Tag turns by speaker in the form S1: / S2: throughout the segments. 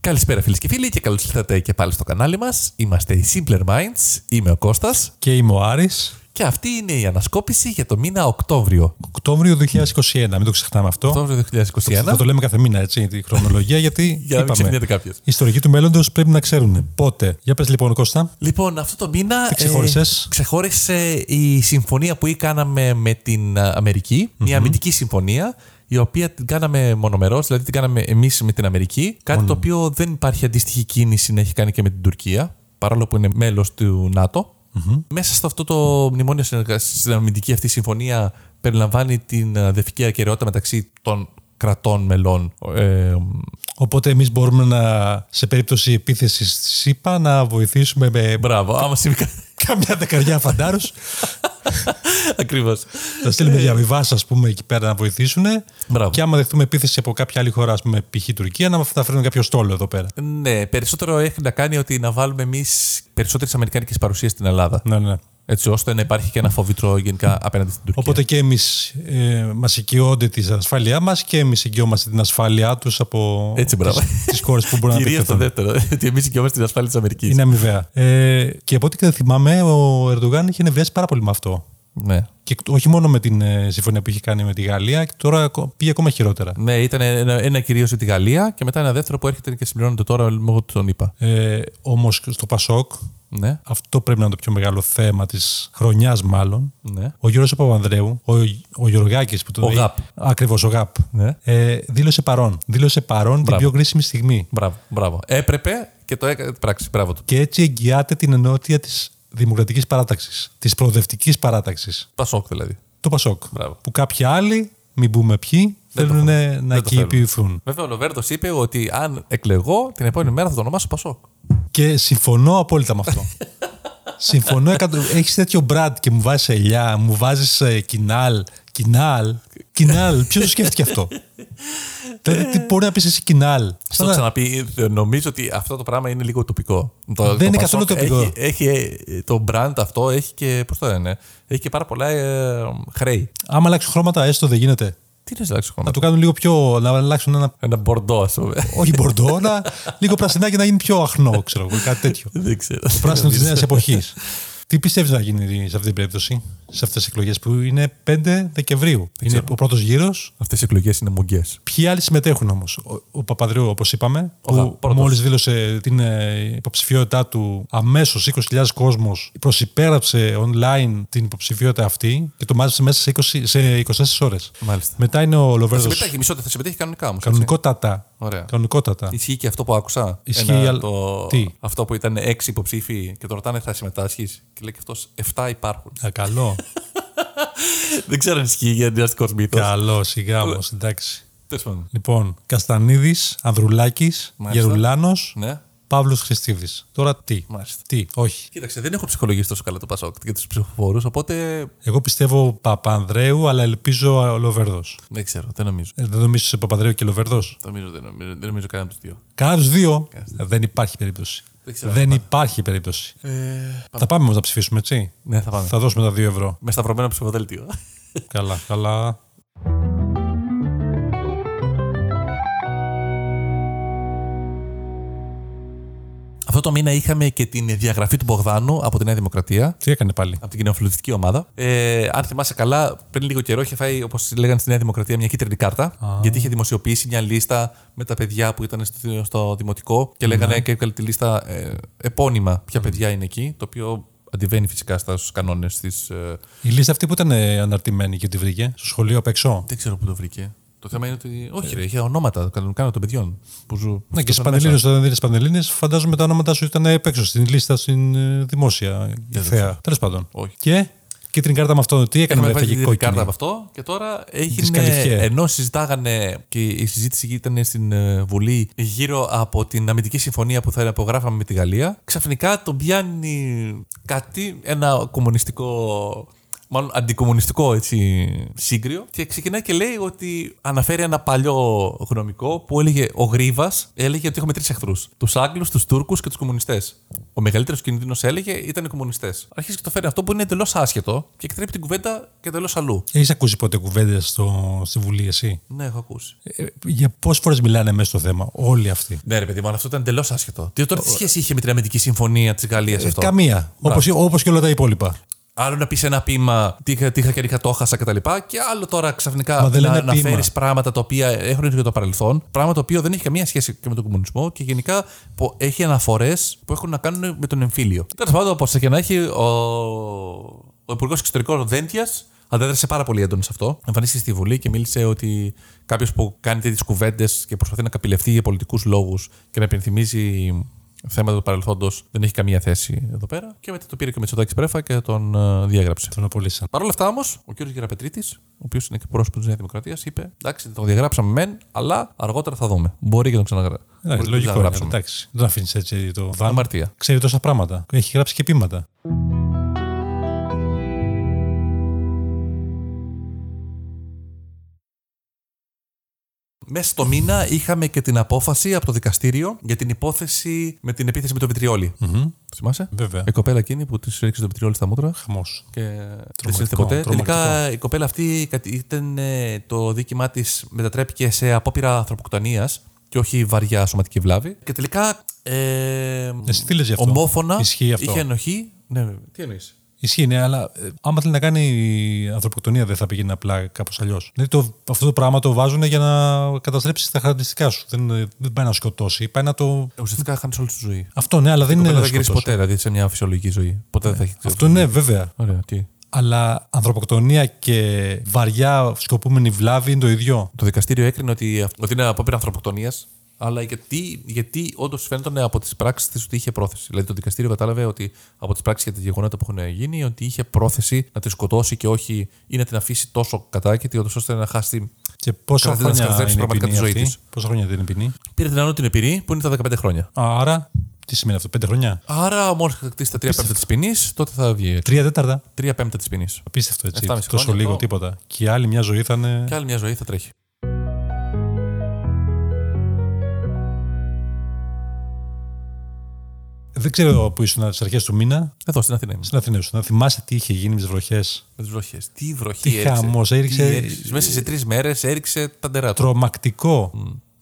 S1: Καλησπέρα φίλες και φίλοι και καλώς ήρθατε και πάλι στο κανάλι μας. Είμαστε οι Simpler Minds. Είμαι ο Κώστας
S2: Και είμαι ο Άρης.
S1: και αυτή είναι η ανασκόπηση για το μήνα Οκτώβριο.
S2: Οκτώβριο 2021, μην το ξεχνάμε αυτό.
S1: Οκτώβριο 2021.
S2: Θα το λέμε κάθε μήνα, έτσι, τη χρονολογία, γιατί
S1: Για να μην ξεχνιέται κάποιος.
S2: Οι ιστορικοί του μέλλοντος πρέπει να ξέρουν. Πότε. Για πες λοιπόν, Κώστα.
S1: Λοιπόν, αυτό το μήνα.
S2: Τι ξεχώρισες?
S1: ε, ξεχώρισες η συμφωνία που κάναμε με την α, αμερικη Μια αμυντική συμφωνία, η οποία την κάναμε μονομερός, δηλαδή την κάναμε εμείς με την Αμερική. Κάτι το οποίο δεν υπάρχει αντίστοιχη κίνηση να έχει κάνει και με την Τουρκία, παρόλο που είναι μέλος του ΝΑΤΟ. Μέσα στο αυτό το μνημόνιο συνεργασία, στην αμυντική αυτή συμφωνία, περιλαμβάνει την α, δευτική ακαιρεότητα μεταξύ των κρατών μελών ε,
S2: Οπότε εμείς μπορούμε να, σε περίπτωση επίθεσης της ΣΥΠΑ να βοηθήσουμε με
S1: Μπράβο, άμα συμβεί κάτι.
S2: καμιά δεκαριά φαντάρους.
S1: Ακριβώς.
S2: να στείλουμε διαβιβάσεις, ας πούμε, εκεί πέρα να βοηθήσουν.
S1: Μπράβο.
S2: Και άμα δεχτούμε επίθεση από κάποια άλλη χώρα, ας πούμε, π.χ. Τουρκία, να θα φέρουν κάποιο στόλο εδώ πέρα.
S1: Ναι, περισσότερο έχει να κάνει ότι να βάλουμε εμείς περισσότερες αμερικάνικες παρουσίες στην Ελλάδα.
S2: Ναι, ναι.
S1: Έτσι ώστε να υπάρχει και ένα φοβήτρο γενικά απέναντι στην Τουρκία.
S2: Οπότε και εμείς ε, μας οικειώνται τη ασφάλειά μας και εμείς οικειόμαστε την ασφάλειά τους από
S1: Έτσι, μπράβο.
S2: τις χώρες που μπορούν να
S1: Κυρίως το
S2: επεκταθούν.
S1: δεύτερο. Ότι εμείς οικειόμαστε την ασφάλεια της Αμερικής.
S2: Είναι αμοιβαία. Ε, και από ό,τι και θυμάμαι, ο Ερντογάν είχε νευριάσει πάρα πολύ με αυτό.
S1: Ναι.
S2: Και όχι μόνο με την ε, συμφωνία που είχε κάνει με τη Γαλλία, και τώρα ακο- πήγε ακόμα χειρότερα.
S1: ναι, ήταν ένα, ένα κυρίως για τη Γαλλία και μετά ένα δεύτερο που έρχεται και συμπληρώνεται τώρα λόγω του τον είπα.
S2: Ε, Όμως στο Πασόκ,
S1: Ναι,
S2: αυτό πρέπει να είναι το πιο μεγάλο θέμα της χρονιάς, μάλλον.
S1: ναι.
S2: Ο Γιώργος Παπανδρέου, ο, ο Γιωργάκης που το
S1: Ο Γαπ.
S2: Ακριβώς, ο ΓΑΠ.
S1: Ναι.
S2: Ε, δήλωσε παρόν. Δήλωσε παρόν την
S1: Μπράβο.
S2: πιο κρίσιμη στιγμή.
S1: Μπράβο, μπράβο. Έπρεπε και το έκανε πράξη. Μπράβο του.
S2: και έτσι εγγυάται την ενότητα της δημοκρατικής παράταξης, της προοδευτικής παράταξης,
S1: Πασόκ δηλαδή.
S2: το ΠΑΣΟΚ,
S1: Μπράβο.
S2: που κάποιοι άλλοι, μην πούμε ποιοι, θέλουν να
S1: το θέλουν.
S2: κηρύποιηθούν.
S1: Βέβαια, ο Λοβέρντο είπε ότι αν εκλεγώ, την επόμενη μέρα θα το ονομάσω Πασόκ.
S2: Και συμφωνώ απόλυτα με αυτό. συμφωνώ, εκατο- έχεις τέτοιο μπραντ και μου βάζεις ελιά, μου βάζεις ε, κοινάλ, κοινάλ, κοινάλ, ποιος το σκέφτηκε αυτό. δηλαδή τι μπορεί να πεις εσύ κοινάλ.
S1: Στο
S2: Σαν
S1: έχω
S2: να-
S1: ξαναπεί, ε, νομίζω ότι αυτό το πράγμα είναι λίγο τοπικό. Το,
S2: Δεν είναι
S1: Πασόκ
S2: καθόλου τοπικό.
S1: Έχει, έχει, ε, το brand αυτό έχει και, πώς το λένε, έχει και πάρα πολλά ε, χρέη.
S2: Άμα αλλάξουν χρώματα, έστω δεν γίνεται.
S1: Τι είναι αλλάξει χρώμα.
S2: Να το κάνουν λίγο πιο, να αλλάξουν ένα
S1: Ένα μπορντό, ας πούμε.
S2: όχι μπορντό, να λίγο πρασινάκι να γίνει πιο αχνό, ξέρω εγώ, κάτι τέτοιο.
S1: Δεν ξέρω.
S2: Το πράσινο της νέας εποχής. Τι πιστεύεις να γίνει σε αυτή την περίπτωση, σε αυτές τις εκλογές που είναι 5 Δεκεμβρίου. Είναι ο πρώτος γύρος.
S1: Αυτές οι εκλογές είναι μουγγές.
S2: Ποιοι άλλοι συμμετέχουν όμως. Ο, ο Παπαδρέου, όπως είπαμε, που
S1: πρώτος.
S2: μόλις δήλωσε την ε, υποψηφιότητά του αμέσως 20.000 κόσμος προσυπέραψε online την υποψηφιότητα αυτή και το μάζεψε μέσα σε, 20, σε 24 ώρες.
S1: Μάλιστα.
S2: Μετά είναι ο Λοβέρδος.
S1: Συμμετέχει, μισό, θα συμμετέχει κανονικά όμως. έτσι.
S2: Κανονικότατα.
S1: Ωραία.
S2: Κανονικότατα.
S1: Ισχύει και αυτό που άκουσα.
S2: Ισχύει,
S1: Ένα
S2: αλλά-
S1: το...
S2: τι?
S1: Αυτό που ήταν έξι υποψήφοι και τον ρωτάνε θα συμμετάσχεις. Και λέει και αυτός 7 υπάρχουν.
S2: Α, καλό.
S1: Δεν ξέρω αν ισχύει για αντιδραστικός μύθος.
S2: καλό, σιγά όμως, εντάξει.
S1: Τέλος πάντων.
S2: Λοιπόν, Καστανίδης, Ανδρουλάκης,
S1: Μάλιστα.
S2: Γερουλάνος,
S1: Ναι.
S2: Παύλος Χριστίδη. Τώρα τι.
S1: Μάλιστα.
S2: Τι, όχι.
S1: Κοίταξε, δεν έχω ψυχολογήσει τόσο καλά το Πασόκ για τους ψηφοφόρους, οπότε
S2: Εγώ πιστεύω Παπανδρέου, αλλά ελπίζω ο Λοβέρδο.
S1: δεν ξέρω, δεν νομίζω.
S2: Ε, δεν νομίζω σε Παπανδρέου και Λοβέρδο.
S1: Δεν νομίζω, δεν νομίζω, δεν νομίζω κανένα από τους δύο.
S2: Κάνα τους δύο. Ε, Δεν υπάρχει περίπτωση.
S1: Δεν ξέρω.
S2: Δεν υπάρχει περίπτωση. Θα πάμε όμως να ψηφίσουμε, έτσι.
S1: Ε, Ναι, θα πάμε.
S2: Θα δώσουμε τα δύο ευρώ.
S1: Με σταυρωμένο ψηφοδέλτιο.
S2: καλά, καλά.
S1: Αυτό το μήνα είχαμε και την διαγραφή του Μπογδάνου από τη Νέα Δημοκρατία,
S2: Τι έκανε πάλι.
S1: από την κοινοβουλευτική ομάδα. Ε, αν θυμάσαι καλά, πριν λίγο καιρό είχε φάει, όπως λέγανε στη Νέα Δημοκρατία, μια κίτρινη κάρτα. Γιατί είχε δημοσιοποιήσει μια λίστα με τα παιδιά που ήταν στο, στο δημοτικό και λέγανε και έβγαλε τη λίστα ε, επώνυμα ποια παιδιά είναι εκεί, το οποίο αντιβαίνει φυσικά στους κανόνες της. Ε,
S2: Η λίστα αυτή που ήταν ε, αναρτημένη και τη βρήκε στο σχολείο απ' έξω.
S1: Δεν ξέρω πού το βρήκε. Το θέμα είναι ότι. Όχι, ρε, είχε ονόματα κανονικά των παιδιών που ζουν.
S2: Ε, Ναι, και στι Πανελλήνε, όταν δίνει Πανελλήνε, φαντάζομαι τα ονόματά σου ήταν απ' έξω στην λίστα, στην ε, δημόσια η θέα. Τέλος πάντων.
S1: Όχι.
S2: Και κίτρινη κάρτα με αυτό, τι έκανε με
S1: Είχαμε
S2: αυτή
S1: βάλει
S2: την
S1: την κάρτα
S2: κόκκινη.
S1: από αυτό και τώρα έγινε.
S2: Δυσκαλυφιέ.
S1: Ενώ συζητάγανε και η συζήτηση ήταν στην ε, Βουλή γύρω από την αμυντική συμφωνία που θα υπογράφαμε με τη Γαλλία, ξαφνικά τον πιάνει κάτι, ένα κομμουνιστικό μάλλον αντικομουνιστικό έτσι, σύγκριο. Και ξεκινάει και λέει ότι αναφέρει ένα παλιό γνωμικό που έλεγε ο Γρίβας έλεγε ότι έχουμε τρεις εχθρούς. Τους Άγγλους, τους Τούρκους και τους κομμουνιστές. Ο μεγαλύτερος κινδύνος έλεγε ήταν οι κομμουνιστές. Αρχίζει και το φέρνει αυτό που είναι εντελώς άσχετο και εκτρέπει την κουβέντα και εντελώς αλλού.
S2: Έχεις ακούσει ποτέ κουβέντες στο... στη Βουλή, εσύ.
S1: Ναι, έχω ακούσει.
S2: Ε, για πόσες φορές μιλάνε μέσα στο θέμα, όλοι αυτοί.
S1: Ναι, ρε παιδί μου, αλλά αυτό ήταν εντελώς άσχετο. Τι τώρα τι σχέση είχε με την αμυντική συμφωνία της Γαλλίας
S2: Ε,
S1: αυτό.
S2: καμία. Όπω και όλα τα υπόλοιπα.
S1: Άλλο να πεις ένα πείμα, τι είχα, τι είχα και είχα, το έχασα κτλ. Και άλλο τώρα ξαφνικά
S2: Μα δεν
S1: να,
S2: λένε
S1: να
S2: ποίημα.
S1: φέρεις πράγματα τα οποία έχουν έρθει για το παρελθόν. Πράγμα το οποίο δεν έχει καμία σχέση και με τον κομμουνισμό και γενικά που έχει αναφορές που έχουν να κάνουν με τον εμφύλιο. Τέλος πάντων, όπως και να έχει, ο, ο Υπουργός Εξωτερικών Δέντια αντέδρασε πάρα πολύ έντονο σε αυτό. Εμφανίστηκε στη Βουλή και μίλησε ότι κάποιος που κάνει τέτοιες κουβέντες και προσπαθεί να καπηλευτεί για πολιτικούς λόγους και να υπενθυμίζει θέματα του παρελθόντος δεν έχει καμία θέση εδώ πέρα. Και μετά το πήρε και ο Μητσοτάκης Πρέφα και τον ε, διέγραψε.
S2: Τον απολύσαν.
S1: Παρ' όλα αυτά όμως, ο κ. Γεραπετρίτης, ο οποίος είναι και πρόσωπος της Νέας Δημοκρατίας, είπε: Εντάξει, τον διαγράψαμε μεν, αλλά αργότερα θα δούμε. Μπορεί και τον ξαναγράψουμε.
S2: Εντάξει, λογικό είναι. Εντάξει, δεν αφήνεις έτσι το δάμα.
S1: Αμαρτία.
S2: Ξέρει τόσα πράγματα. Έχει γράψει και πείματα.
S1: Μέσα στο μήνα είχαμε και την απόφαση από το δικαστήριο για την υπόθεση με την επίθεση με το βιτριολι Θυμάσαι.
S2: Βέβαια.
S1: Η κοπέλα εκείνη που της ρίξε το βιτριόλι στα μούτρα.
S2: Χαμός.
S1: και δεν συνήλθε ποτέ.
S2: τρομακτικό.
S1: Τελικά η κοπέλα αυτή κατη- ήταν, ε, το δίκημά της μετατρέπηκε σε απόπειρα ανθρωποκτονίας και όχι βαριά σωματική βλάβη. Και τελικά. Ε,
S2: Εσύ τι λες γι' αυτό.
S1: Ομόφωνα
S2: Ισχύει αυτό.
S1: είχε ενοχή. Ναι, βέβαια. τι εννοείς.
S2: Ισχύει, ναι, αλλά ε, άμα θέλει να κάνει ανθρωποκτονία δεν θα πήγαινε απλά κάπως αλλιώς. Δηλαδή το, αυτό το πράγμα το βάζουν για να καταστρέψει τα χαρακτηριστικά σου. Δεν, ε, δεν πάει να σκοτώσει, πάει να το.
S1: Ουσιαστικά χάνεις όλη τη ζωή.
S2: Αυτό ναι, αλλά δεν είναι
S1: Δεν
S2: να
S1: θα γυρίσει
S2: σκοτώσει.
S1: ποτέ, δηλαδή σε μια φυσιολογική ζωή. Ποτέ δεν θα έχει.
S2: Αυτό ναι, βέβαια.
S1: Ωραία, τι.
S2: Αλλά ανθρωποκτονία και βαριά σκοπούμενη βλάβη είναι το ίδιο.
S1: Το δικαστήριο έκρινε ότι, αυ- ότι είναι απόπειρα ανθρωποκτονίας, αλλά γιατί, γιατί όντως φαίνονταν από τις πράξεις της ότι είχε πρόθεση. Δηλαδή το δικαστήριο κατάλαβε ότι από τις πράξεις και τα γεγονότα που έχουν γίνει, ότι είχε πρόθεση να τη σκοτώσει και όχι ή να την αφήσει τόσο κατάκητη, όντως ώστε να χάσει.
S2: Και πόσα
S1: Καλά, δεν
S2: χρόνια
S1: θα
S2: είναι
S1: σκατζέψει
S2: η
S1: πραγματικά
S2: ποινή
S1: τη ζωή
S2: αυτή.
S1: της.
S2: Πόσα χρόνια δεν είναι ποινή.
S1: Πήρε την ανώτερη πυρή που είναι τα 15 χρόνια.
S2: Άρα, τι σημαίνει αυτό, πέντε χρόνια.
S1: Άρα, μόλις χτίσει τα 3 πέμπτα της ποινής, τότε θα βγει.
S2: Τρία τέταρτα.
S1: 3 πέμπτα της ποινής.
S2: Απίστευτο έτσι.
S1: Εφτάμιση
S2: Τόσο
S1: χρόνια,
S2: λίγο,
S1: αυτό.
S2: τίποτα. Και η άλλη μια ζωή θα είναι.
S1: Και άλλη μια ζωή θα τρέχει.
S2: Δεν ξέρω που ήσουν στις αρχές του μήνα.
S1: Εδώ στην Αθήνα είμαστε.
S2: Στην Αθήνα ήσουν. Θυμάσαι τι είχε γίνει με τις βροχές.
S1: Με τις βροχές. Τι βροχή
S2: Τι
S1: έριξε.
S2: χαμός,
S1: Τι
S2: έριξε-
S1: Μέσα σε τρεις μέρες έριξε τα ντερά του.
S2: Τρομακτικό.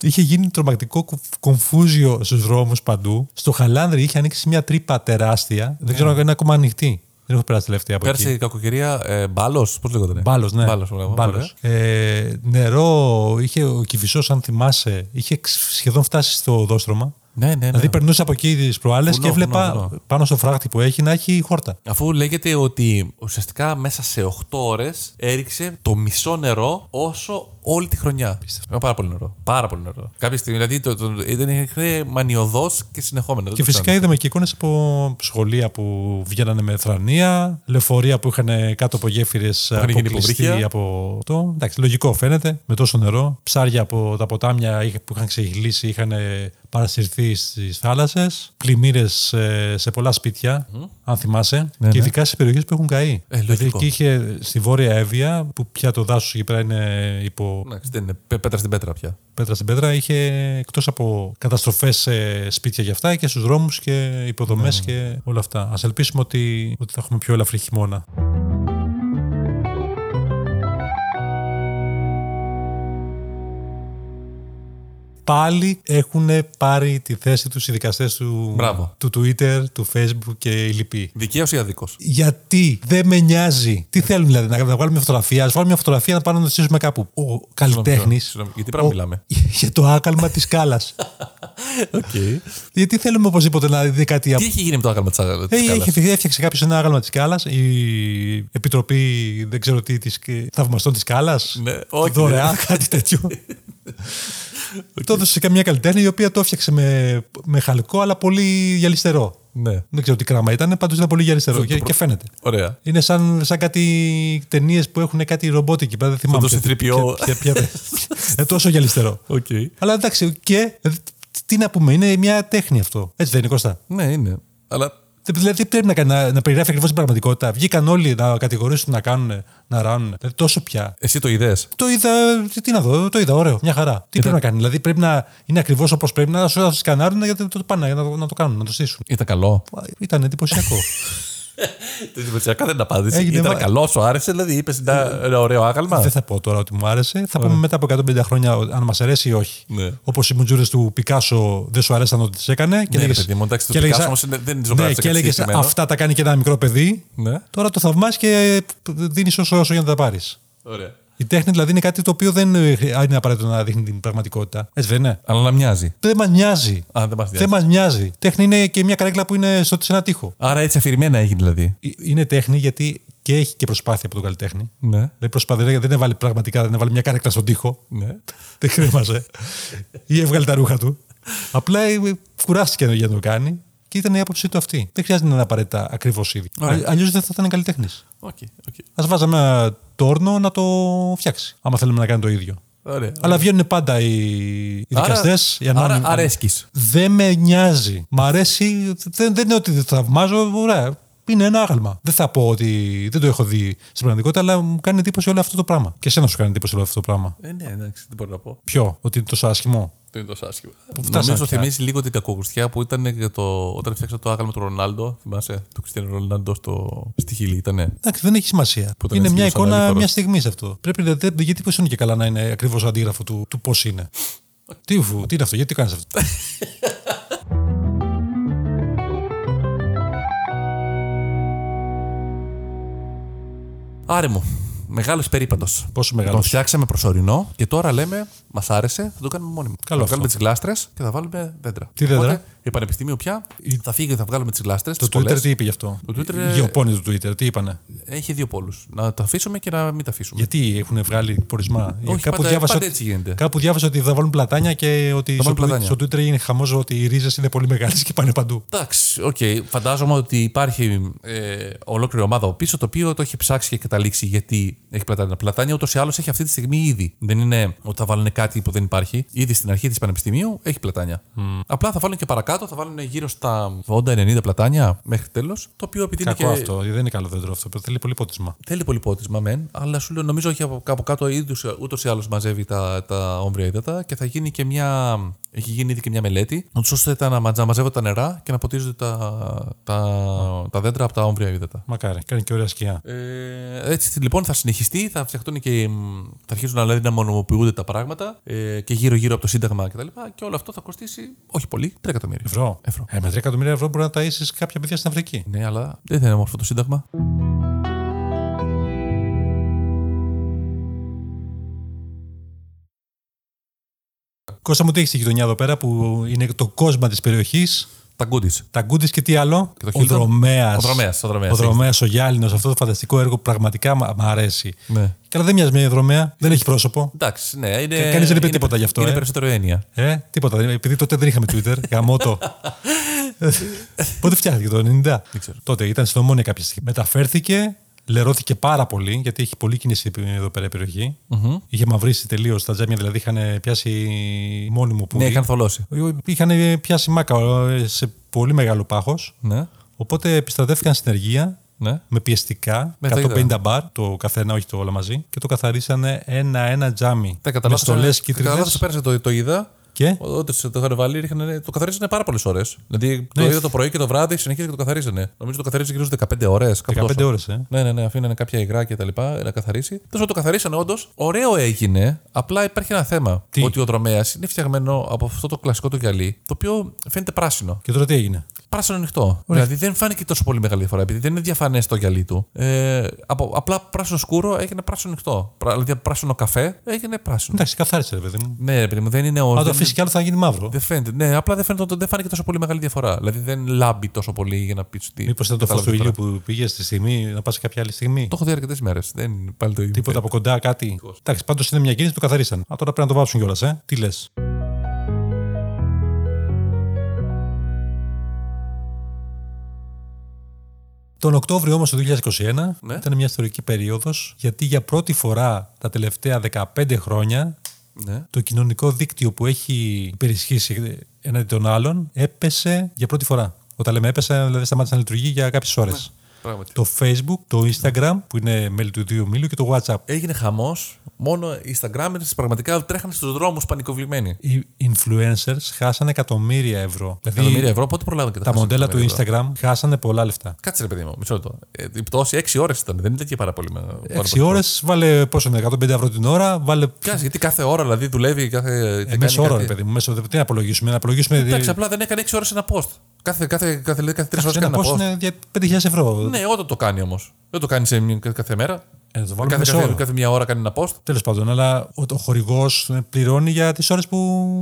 S2: Είχε γίνει τρομακτικό κου- κομφούζιο στους δρόμους παντού. Στο Χαλάνδρι είχε ανοίξει μια τρύπα τεράστια. Δεν ξέρω αν είναι ακόμα ανοιχτή. Δεν έχω περάσει τελευταία από εκεί.
S1: Ναι. Πέρσι η κακοκαιρία. Ε, Μπάλος, πώς λέγονταν.
S2: Μπάλος, ναι.
S1: Μπάλος, μπράβο,
S2: Μπάλος. Ε, νερό είχε ο Κυφισός, αν θυμάσαι, είχε ξ- σχεδόν φτάσει στο δόστρωμα.
S1: Ναι, ναι, ναι.
S2: Δηλαδή περνούσα από εκεί τις προάλλες
S1: Βουνό,
S2: και έβλεπα
S1: βουνό, βουνό.
S2: πάνω στο φράχτη που έχει να έχει χόρτα.
S1: Αφού λέγεται ότι ουσιαστικά μέσα σε 8 ώρες έριξε το μισό νερό όσο όλη τη χρονιά. Ήταν πάρα πολύ νερό. Πάρα πολύ νερό. Κάποια στιγμή, δηλαδή το, το, ήταν ήταν μανιωδώς και συνεχόμενο. Δεν
S2: Και
S1: το
S2: φυσικά
S1: φτάνω.
S2: είδαμε και εικόνες από σχολεία που βγαίνανε με θρανία, λεωφορεία που είχαν κάτω από γέφυρες
S1: είχαν γίνει
S2: αποκλειστεί
S1: υποβρύχια.
S2: από το. Εντάξει, λογικό φαίνεται, με τόσο νερό. Ψάρια από τα ποτάμια είχε- που είχαν ξεγυλήσει είχαν ε, παρασυρθεί στις θάλασσες. Πλημμύρες ε, σε πολλά σπίτια, αν θυμάσαι. και
S1: ναι.
S2: ειδικά σε περιοχές που έχουν καεί.
S1: Ε,
S2: δηλαδή
S1: λογικό.
S2: εκεί είχε στη βόρεια Εύβοια, που πια το δάσος εκεί πέρα είναι υπό
S1: Εντάξει, Ναι, δεν είναι πέ- πέτρα στην πέτρα πια.
S2: πέτρα στην πέτρα είχε εκτός από καταστροφές σε σπίτια και αυτά και στους δρόμους και υποδομές και όλα αυτά. Ας ελπίσουμε ότι, ότι θα έχουμε πιο ελαφρύ χειμώνα. Πάλι έχουν πάρει τη θέση τους οι δικαστές του,
S1: Μπράβο.
S2: του Twitter, του Facebook και οι λοιποί.
S1: Δικαίως ή αδίκως.
S2: Γιατί δεν με νοιάζει. Τι θέλουν δηλαδή, να, να βγάλουμε φωτογραφία, να βγάλουμε μια φωτογραφία να πάμε να το στήσουμε κάπου. Ο καλλιτέχνης.
S1: συγγνώμη, γιατί πρέπει να μιλάμε.
S2: Για το άκαλμα της κάλα. Γιατί θέλουμε οπωσδήποτε να δει κάτι
S1: Τι
S2: από.
S1: έχει γίνει με το άγαλμα τη
S2: Ε,
S1: hey,
S2: Έχει, έφτιαξε κάποιος ένα άγαλμα τη κάλα. Η επιτροπή, δεν ξέρω τι, της, θαυμαστών της κάλα.
S1: Ναι, όχι,
S2: Δωρεά, κάτι τέτοιο. Το έδωσε σε καμία καλλιτέχνη η οποία το έφτιαξε με, με χαλκό, αλλά πολύ γυαλιστερό.
S1: Ναι.
S2: Δεν ξέρω τι κράμα ήταν, πάντως ήταν πολύ γυαλιστερό
S1: Το- το
S2: και,
S1: προ-
S2: και φαίνεται.
S1: Ωραία.
S2: Είναι σαν, σαν κάτι ταινίες που έχουν κάτι ρομπότικη. Δεν θυμάμαι.
S1: δώσει
S2: ποια-
S1: 3PO.
S2: ποια- ποια- ποια- Ε, τόσο γυαλιστερό.
S1: Okay.
S2: Αλλά εντάξει, και ε, τι να πούμε, είναι μια τέχνη αυτό. Έτσι δεν είναι, Κώστα.
S1: Ναι, είναι. Αλλά
S2: Δηλαδή, τι πρέπει να, κάνει, να, να περιγράφει ακριβώς την πραγματικότητα. Βγήκαν όλοι να κατηγορήσουν, να κάνουν, να ράνουν. Δηλαδή, τόσο πια.
S1: Εσύ το είδες.
S2: Το είδα, τι- τι να δω, το είδα, ωραίο, μια χαρά. Τι πρέπει να κάνει, δηλαδή πρέπει να είναι ακριβώς όπως πρέπει να σου να το σκανάρουν γιατί το πάνε για να, το- να το κάνουν, να το στήσουν.
S1: Ήταν καλό.
S2: Ήταν εντυπωσιακό.
S1: Εντυπωσιακά δεν απάντησε.
S2: Έγινε,
S1: Ήταν
S2: μα-
S1: καλό, σου άρεσε, δηλαδή είπες ένα ωραίο άγαλμα.
S2: Δεν θα πω τώρα ότι μου άρεσε. Θα πούμε μετά από 150 χρόνια αν μας αρέσει ή όχι.
S1: Ναι.
S2: Όπως οι μουτζούρες του Πικάσο δεν σου αρέσαν ότι τις έκανε.
S1: Ναι,
S2: Και έλεγες-
S1: ρε παιδί μου, εντάξει, το
S2: και έλεγες,
S1: Πικάσο
S2: «Α,
S1: όμως είναι- δεν ζωγράφησε
S2: Ναι,
S1: κάτι
S2: και έλεγε
S1: συγκεκριμένο».
S2: αυτά τα κάνει και ένα μικρό παιδί.
S1: Ναι.
S2: Τώρα το θαυμάζει και δίνεις όσο, όσο για να τα πάρεις.
S1: Ωραία.
S2: Η τέχνη δηλαδή είναι κάτι το οποίο δεν ε, είναι απαραίτητο να δείχνει την πραγματικότητα. Έτσι δεν είναι.
S1: Αλλά να μοιάζει.
S2: Δεν μας νοιάζει.
S1: Α, δεν μας
S2: Δεν
S1: νοιάζει.
S2: μας νοιάζει. Τέχνη είναι και μια καρέκλα που είναι στο σε ένα τοίχο.
S1: Άρα έτσι αφηρημένα έγινε δηλαδή.
S2: Ε, Είναι τέχνη γιατί και έχει και προσπάθεια από τον καλλιτέχνη.
S1: Ναι.
S2: Δηλαδή προσπάθεια δεν έβαλε πραγματικά, δεν έβαλε μια καρέκλα στον τοίχο.
S1: ναι.
S2: Δεν κρέμαζε. Ή έβγαλε τα ρούχα του. Απλά ε, κουράστηκε για να το κάνει και ήταν η άποψή του αυτή. Δεν χρειάζεται να είναι απαραίτητα ακριβώς ήδη.
S1: Ωραία.
S2: Αλλιώς δεν θα ήταν καλλιτέχνης.
S1: Οκ, οκ.
S2: Ας βάζαμε ένα τόρνο να το φτιάξει, άμα θέλουμε να κάνει το ίδιο.
S1: Ωραία.
S2: Αλλά βγαίνουν πάντα οι, οι δικαστές, οι
S1: Άρα,
S2: ανώνυμοι.
S1: άρα αρέσκεις.
S2: Δεν με νοιάζει. Μ' αρέσει. Δεν, δεν είναι ότι δεν το θαυμάζω. Ωραία. Είναι ένα άγαλμα. Δεν θα πω ότι δεν το έχω δει στην πραγματικότητα, αλλά μου κάνει εντύπωση όλο αυτό το πράγμα. Και εσένα σου κάνει εντύπωση όλο αυτό το πράγμα.
S1: Ε, ναι, εντάξει, τι μπορώ να πω.
S2: Ποιο, ότι είναι τόσο άσχημο.
S1: Το είναι τόσο άσχημο.
S2: φτάσαμε
S1: Νομίζω
S2: πια.
S1: θυμίζει λίγο την κακογουστιά που ήταν για το, όταν φτιάξα το άγαλμα του Ρονάλντο. Θυμάσαι, του Κριστιανού Ρονάλντο στο... στη Χιλή ήταν.
S2: Εντάξει, δεν έχει σημασία.
S1: Που ήταν
S2: Είναι
S1: έτσι
S2: μια
S1: λίγο σαν
S2: εικόνα
S1: αλήθωρος.
S2: μιας στιγμής αυτό. Πρέπει να δεν- γιατί πώ είναι και καλά να είναι ακριβώς αντίγραφο του, του πώς είναι. τι, βου, τι είναι αυτό, γιατί το κάνεις αυτό.
S1: Άρε μου, μεγάλος περίπατος.
S2: Πόσο
S1: Τον
S2: μεγάλο.
S1: φτιάξαμε προσωρινό και τώρα λέμε, μας άρεσε, θα το κάνουμε μόνιμο.
S2: Καλό
S1: θα
S2: αυτό.
S1: βγάλουμε τις γλάστρες και θα βάλουμε δέντρα.
S2: Τι δέντρα?
S1: Οπότε, η Πανεπιστήμιο πια θα φύγει και θα βγάλουμε τις γλάστρες.
S2: Το Twitter τις είπε γι' αυτό.
S1: Το Twitter, ε,
S2: Οι γεωπόνοι του Twitter τι είπανε.
S1: Έχει δύο πόλους. Να τα αφήσουμε και να μην τα αφήσουμε.
S2: Γιατί έχουν βγάλει πορισμά.
S1: Όχι, πάντα-
S2: διάβασα
S1: πάντα
S2: ότι-
S1: έτσι γίνεται.
S2: Κάπου διάβασα ότι θα βάλουν πλατάνια και ότι στο,
S1: βάλουν πλατάνια.
S2: στο Twitter είναι χαμός ότι οι ρίζες είναι πολύ μεγάλες και πάνε παντού.
S1: Εντάξει, οκ. Φαντάζομαι ότι υπάρχει ε, ολόκληρη ομάδα από πίσω το οποίο το έχει ψάξει και καταλήξει γιατί έχει πλατάνια. Πλατάνια ούτως ή άλλως έχει αυτή τη στιγμή ήδη. Δεν είναι ότι θα βάλουν κάτι που δεν υπάρχει. Ήδη στην αρχή της Πανεπιστημίου έχει πλατάνια. Απλά θα βάλουν και παρακάτω, θα βάλουν γύρω στα 80-90 πλατάνια μέχρι τέλος. Το οποίο επειδή είναι
S2: Κακό
S1: και.
S2: αυτό. Δεν είναι καλό δέντρο αυτό. Θέλει πολύ πότισμα.
S1: Θέλει πολύ πότισμα, μεν, αλλά σου λέω νομίζω έχει από κάπου κάτω ούτως ή άλλως μαζεύει τα, τα όμβρια ύδατα και θα γίνει και μια. Έχει γίνει ήδη και μια μελέτη, ούτως ώστε τα να, μαζ- να μαζεύονται τα νερά και να ποτίζονται τα, τα, τα δέντρα από τα όμβρια ύδατα.
S2: Μακάρι. Κάνει και ωραία σκιά.
S1: Ε, έτσι λοιπόν θα συνεχιστεί, θα φτιαχτούν και. μ, θα αρχίσουν να, δηλαδή, να μονομοποιούνται τα πράγματα ε, και γύρω-γύρω από το Σύνταγμα κτλ. Και, και όλο αυτό θα κοστίσει όχι πολύ, 3 εκατομμύρια.
S2: Ευρώ.
S1: Ευρώ.
S2: Ε, με 3 εκατομμύρια ευρώ μπορεί να τα ίσεις κάποια παιδιά στην Αφρική.
S1: Ναι, αλλά δεν θα είναι όμορφο το Σύνταγμα.
S2: Κώστα μου, τι έχει στη γειτονιά εδώ πέρα που είναι το κόσμο της περιοχής.
S1: Τα goodies.
S2: Τα γκούντι και τι άλλο.
S1: Και το
S2: ο
S1: Hilton.
S2: δρομέας.
S1: Ο Δρομέας, ο Δρομέας,
S2: Ο δρομέας, ο Γιάλινος. Αυτό το φανταστικό έργο που πραγματικά μ' μ' αρέσει.
S1: Ναι.
S2: Και αλλά δεν μοιάζει με δρομέα. Δεν έχει πρόσωπο.
S1: Εντάξει, ναι, είναι.
S2: Κα- κανείς δεν είπε
S1: είναι-
S2: τίποτα γι' αυτό,
S1: Είναι
S2: ε.
S1: περισσότερο έννοια.
S2: Ε, τίποτα. δεν- Επειδή τότε δεν είχαμε Twitter, γαμότο. Πότε φτιάχτηκε το 90.
S1: ξέρω.
S2: Τότε ήταν στην Ομόνια κάποια στιγμή. Μεταφέρθηκε, λερώθηκε πάρα πολύ, γιατί έχει πολλή κίνηση εδώ πέρα η περιοχη Είχε μαυρίσει τελείως τα τζάμια, δηλαδή είχαν πιάσει μόνιμο που.
S1: Ναι, είχαν θολώσει.
S2: είχαν πιάσει μάκα ε, σε πολύ μεγάλο πάχος.
S1: Ναι,
S2: Οπότε επιστρατεύτηκαν στην εργία
S1: ναι.
S2: με πιεστικά,
S1: Με τα
S2: 150 μπαρ το καθένα, όχι το όλα μαζί, και το καθαρίσανε ένα-ένα τζάμι.
S1: Τα
S2: με
S1: καταλάβασα.
S2: στολές
S1: τα καταλάβασα,
S2: κίτρινες.
S1: πέρασε το, το είδα.
S2: Και?
S1: Όντω το είχαν βάλει, ρίχνανε- το καθαρίζανε πάρα πολλές ώρες. Δηλαδή το
S2: Ναι.
S1: είδα το πρωί και το βράδυ, συνεχίζει και το καθαρίζανε. Νομίζω το καθαρίζει γύρω στις 15 ώρε.
S2: 15 ώρες, ε.
S1: Ναι, ναι, ναι, αφήνανε κάποια υγρά και τα λοιπά να καθαρίσει. Τέλος πάντων, το καθαρίσανε όντως. Ωραίο έγινε. Απλά υπάρχει ένα θέμα.
S2: Τι?
S1: Ότι ο δρομέας είναι φτιαγμένο από αυτό το κλασικό το γυαλί, το οποίο φαίνεται πράσινο.
S2: Και τώρα τι έγινε.
S1: πράσινο ανοιχτό. Δηλαδή δεν φάνηκε τόσο πολύ μεγάλη διαφορά, επειδή δεν είναι διαφανές το γυαλί του. Ε, από, απλά πράσινο σκούρο έγινε πράσινο ανοιχτό. Πρα- Δηλαδή από πράσινο καφέ έγινε πράσινο.
S2: Εντάξει, καθάρισε, ρε παιδί μου.
S1: Ναι, ρε παιδί μου, δεν είναι ο.
S2: Αν το
S1: δεν-
S2: αφήσει κι άλλο θα γίνει μαύρο.
S1: δεν φαίνεται. Ναι, απλά δεν, φαίνεται, δεν φάνηκε τόσο πολύ μεγάλη διαφορά. Δηλαδή δεν λάμπει τόσο πολύ για να πεις ότι.
S2: Μήπως ήταν το φω
S1: κατάλαβες
S2: του
S1: τώρα.
S2: ήλιου που πήγες στη στιγμή, να πας σε κάποια άλλη στιγμή.
S1: Το έχω δει αρκετές μέρες. Δεν είναι πάλι το ίδιο.
S2: Τίποτα από κοντά, κάτι. Εντάξει, πάντως είναι μια κίνηση, το καθαρίσαν. Α, τώρα πρέπει να το βάψουν κιόλας, ε. Τι λες. Τον Οκτώβριο όμως του 2021
S1: Ναι.
S2: ήταν μια ιστορική περίοδος γιατί για πρώτη φορά τα τελευταία 15 χρόνια
S1: Ναι.
S2: το κοινωνικό δίκτυο που έχει υπερισχύσει έναντι των άλλων έπεσε για πρώτη φορά. Όταν λέμε έπεσε, δηλαδή σταμάτησε να λειτουργεί για κάποιες ώρες.
S1: Πράγματι.
S2: Το Facebook, το Instagram που είναι μέλη του ιδίου μήλου και το WhatsApp.
S1: Έγινε χαμός. Μόνο οι Instagrammers πραγματικά τρέχανε στους δρόμους πανικοβλημένοι.
S2: Οι influencers χάσανε εκατομμύρια ευρώ. Δηλαδή,
S1: Εκατομμύρια ευρώ, πότε προλάβαμε και
S2: τα
S1: χάσαμε
S2: μοντέλα του
S1: εκατομμύρια ευρώ.
S2: Instagram χάσανε πολλά λεφτά.
S1: Κάτσε ρε παιδί μου, μισό λεπτό. Ε, η πτώση 6 ώρες ήταν, δεν ήταν και πάρα πολύ. με- πάρα
S2: Έξι
S1: πολύ.
S2: ώρες, βάλε πόσο είναι, 150 ευρώ την ώρα, βάλε.
S1: Κάτσε, γιατί κάθε ώρα δηλαδή δουλεύει. Κάθε,
S2: Ε,
S1: θα κάνει
S2: μέσο όρο,
S1: κάτι.
S2: ρε παιδί μου. Μέσο, τι να απολογίσουμε, να απολογίσουμε.
S1: Εντάξει, απλά δεν έκανε 6 ώρες ένα post. Κάθε, κάθε, κάθε, δηλαδή, κάθε 3 ώρες
S2: ένα
S1: έκανε ένα
S2: post
S1: post.
S2: είναι για 5.000 ευρώ.
S1: Ναι, όταν το κάνει όμως. Δεν το κάνει σε μια- κάθε μέρα.
S2: Ε, να το βάλουμε
S1: Κάθε,
S2: μέσο
S1: κάθε,
S2: όρο.
S1: κάθε μια ώρα κάνει ένα post.
S2: Τέλος πάντων, αλλά ο, ο χορηγός πληρώνει για τις ώρες που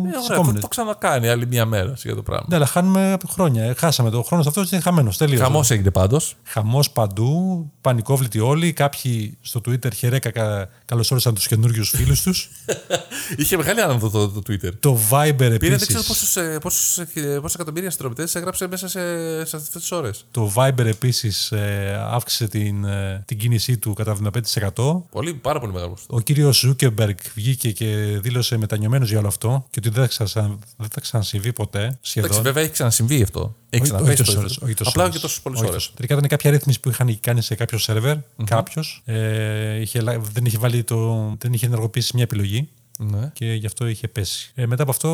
S1: Ε, ωραία,
S2: σηκώνουν.
S1: το, το ξανακάνει άλλη μια μέρα για το πράγμα.
S2: Ναι, αλλά χάνουμε χρόνια. Ε, Χάσαμε το χρόνος αυτός είναι χαμένος. Τελείω.
S1: Χαμός έγινε πάντως.
S2: Χαμός παντού, πανικόβλητοι όλοι. Κάποιοι στο Twitter χαιρέκα κα, καλωσόρισαν τους καινούριους φίλους τους.
S1: Είχε μεγάλη άνοδο το, το Twitter.
S2: το Viber
S1: Πήρε δεν ξέρω
S2: επίση.
S1: πόσους, ε, πόσους, ε, πόσα εκατομμύρια συνδρομητές έγραψε μέσα σε, σε αυτές τις ώρες.
S2: Το Viber επίσης αύξησε την, ε, την κίνησή του κατά 75%.
S1: Πολύ, πάρα πολύ μεγάλο. ποσοστό.
S2: Ο κύριος Ζούκεμπεργκ βγήκε και δήλωσε μετανιωμένος για όλο αυτό και ότι δεν θα, ξανα- δεν θα ξανασυμβεί ποτέ
S1: Εντάξει,
S2: σχεδόν.
S1: βέβαια έχει ξανασυμβεί αυτό. Έχει
S2: Όχι- όχι
S1: ξαναπέσει.
S2: τόσες
S1: το-
S2: ώρες, όχι τόσες
S1: Απλά
S2: ώρες.
S1: και τόσες πολλές
S2: Όχι
S1: ώρες.
S2: τόσες. Τελικά ήταν κάποια ρύθμιση που είχαν κάνει σε κάποιο σερβερ. Κάποιος, ε, είχε, λα- δεν, είχε βάλει το, δεν είχε ενεργοποιήσει μια επιλογή
S1: Ναι.
S2: και γι' αυτό είχε πέσει. Ε, μετά από αυτό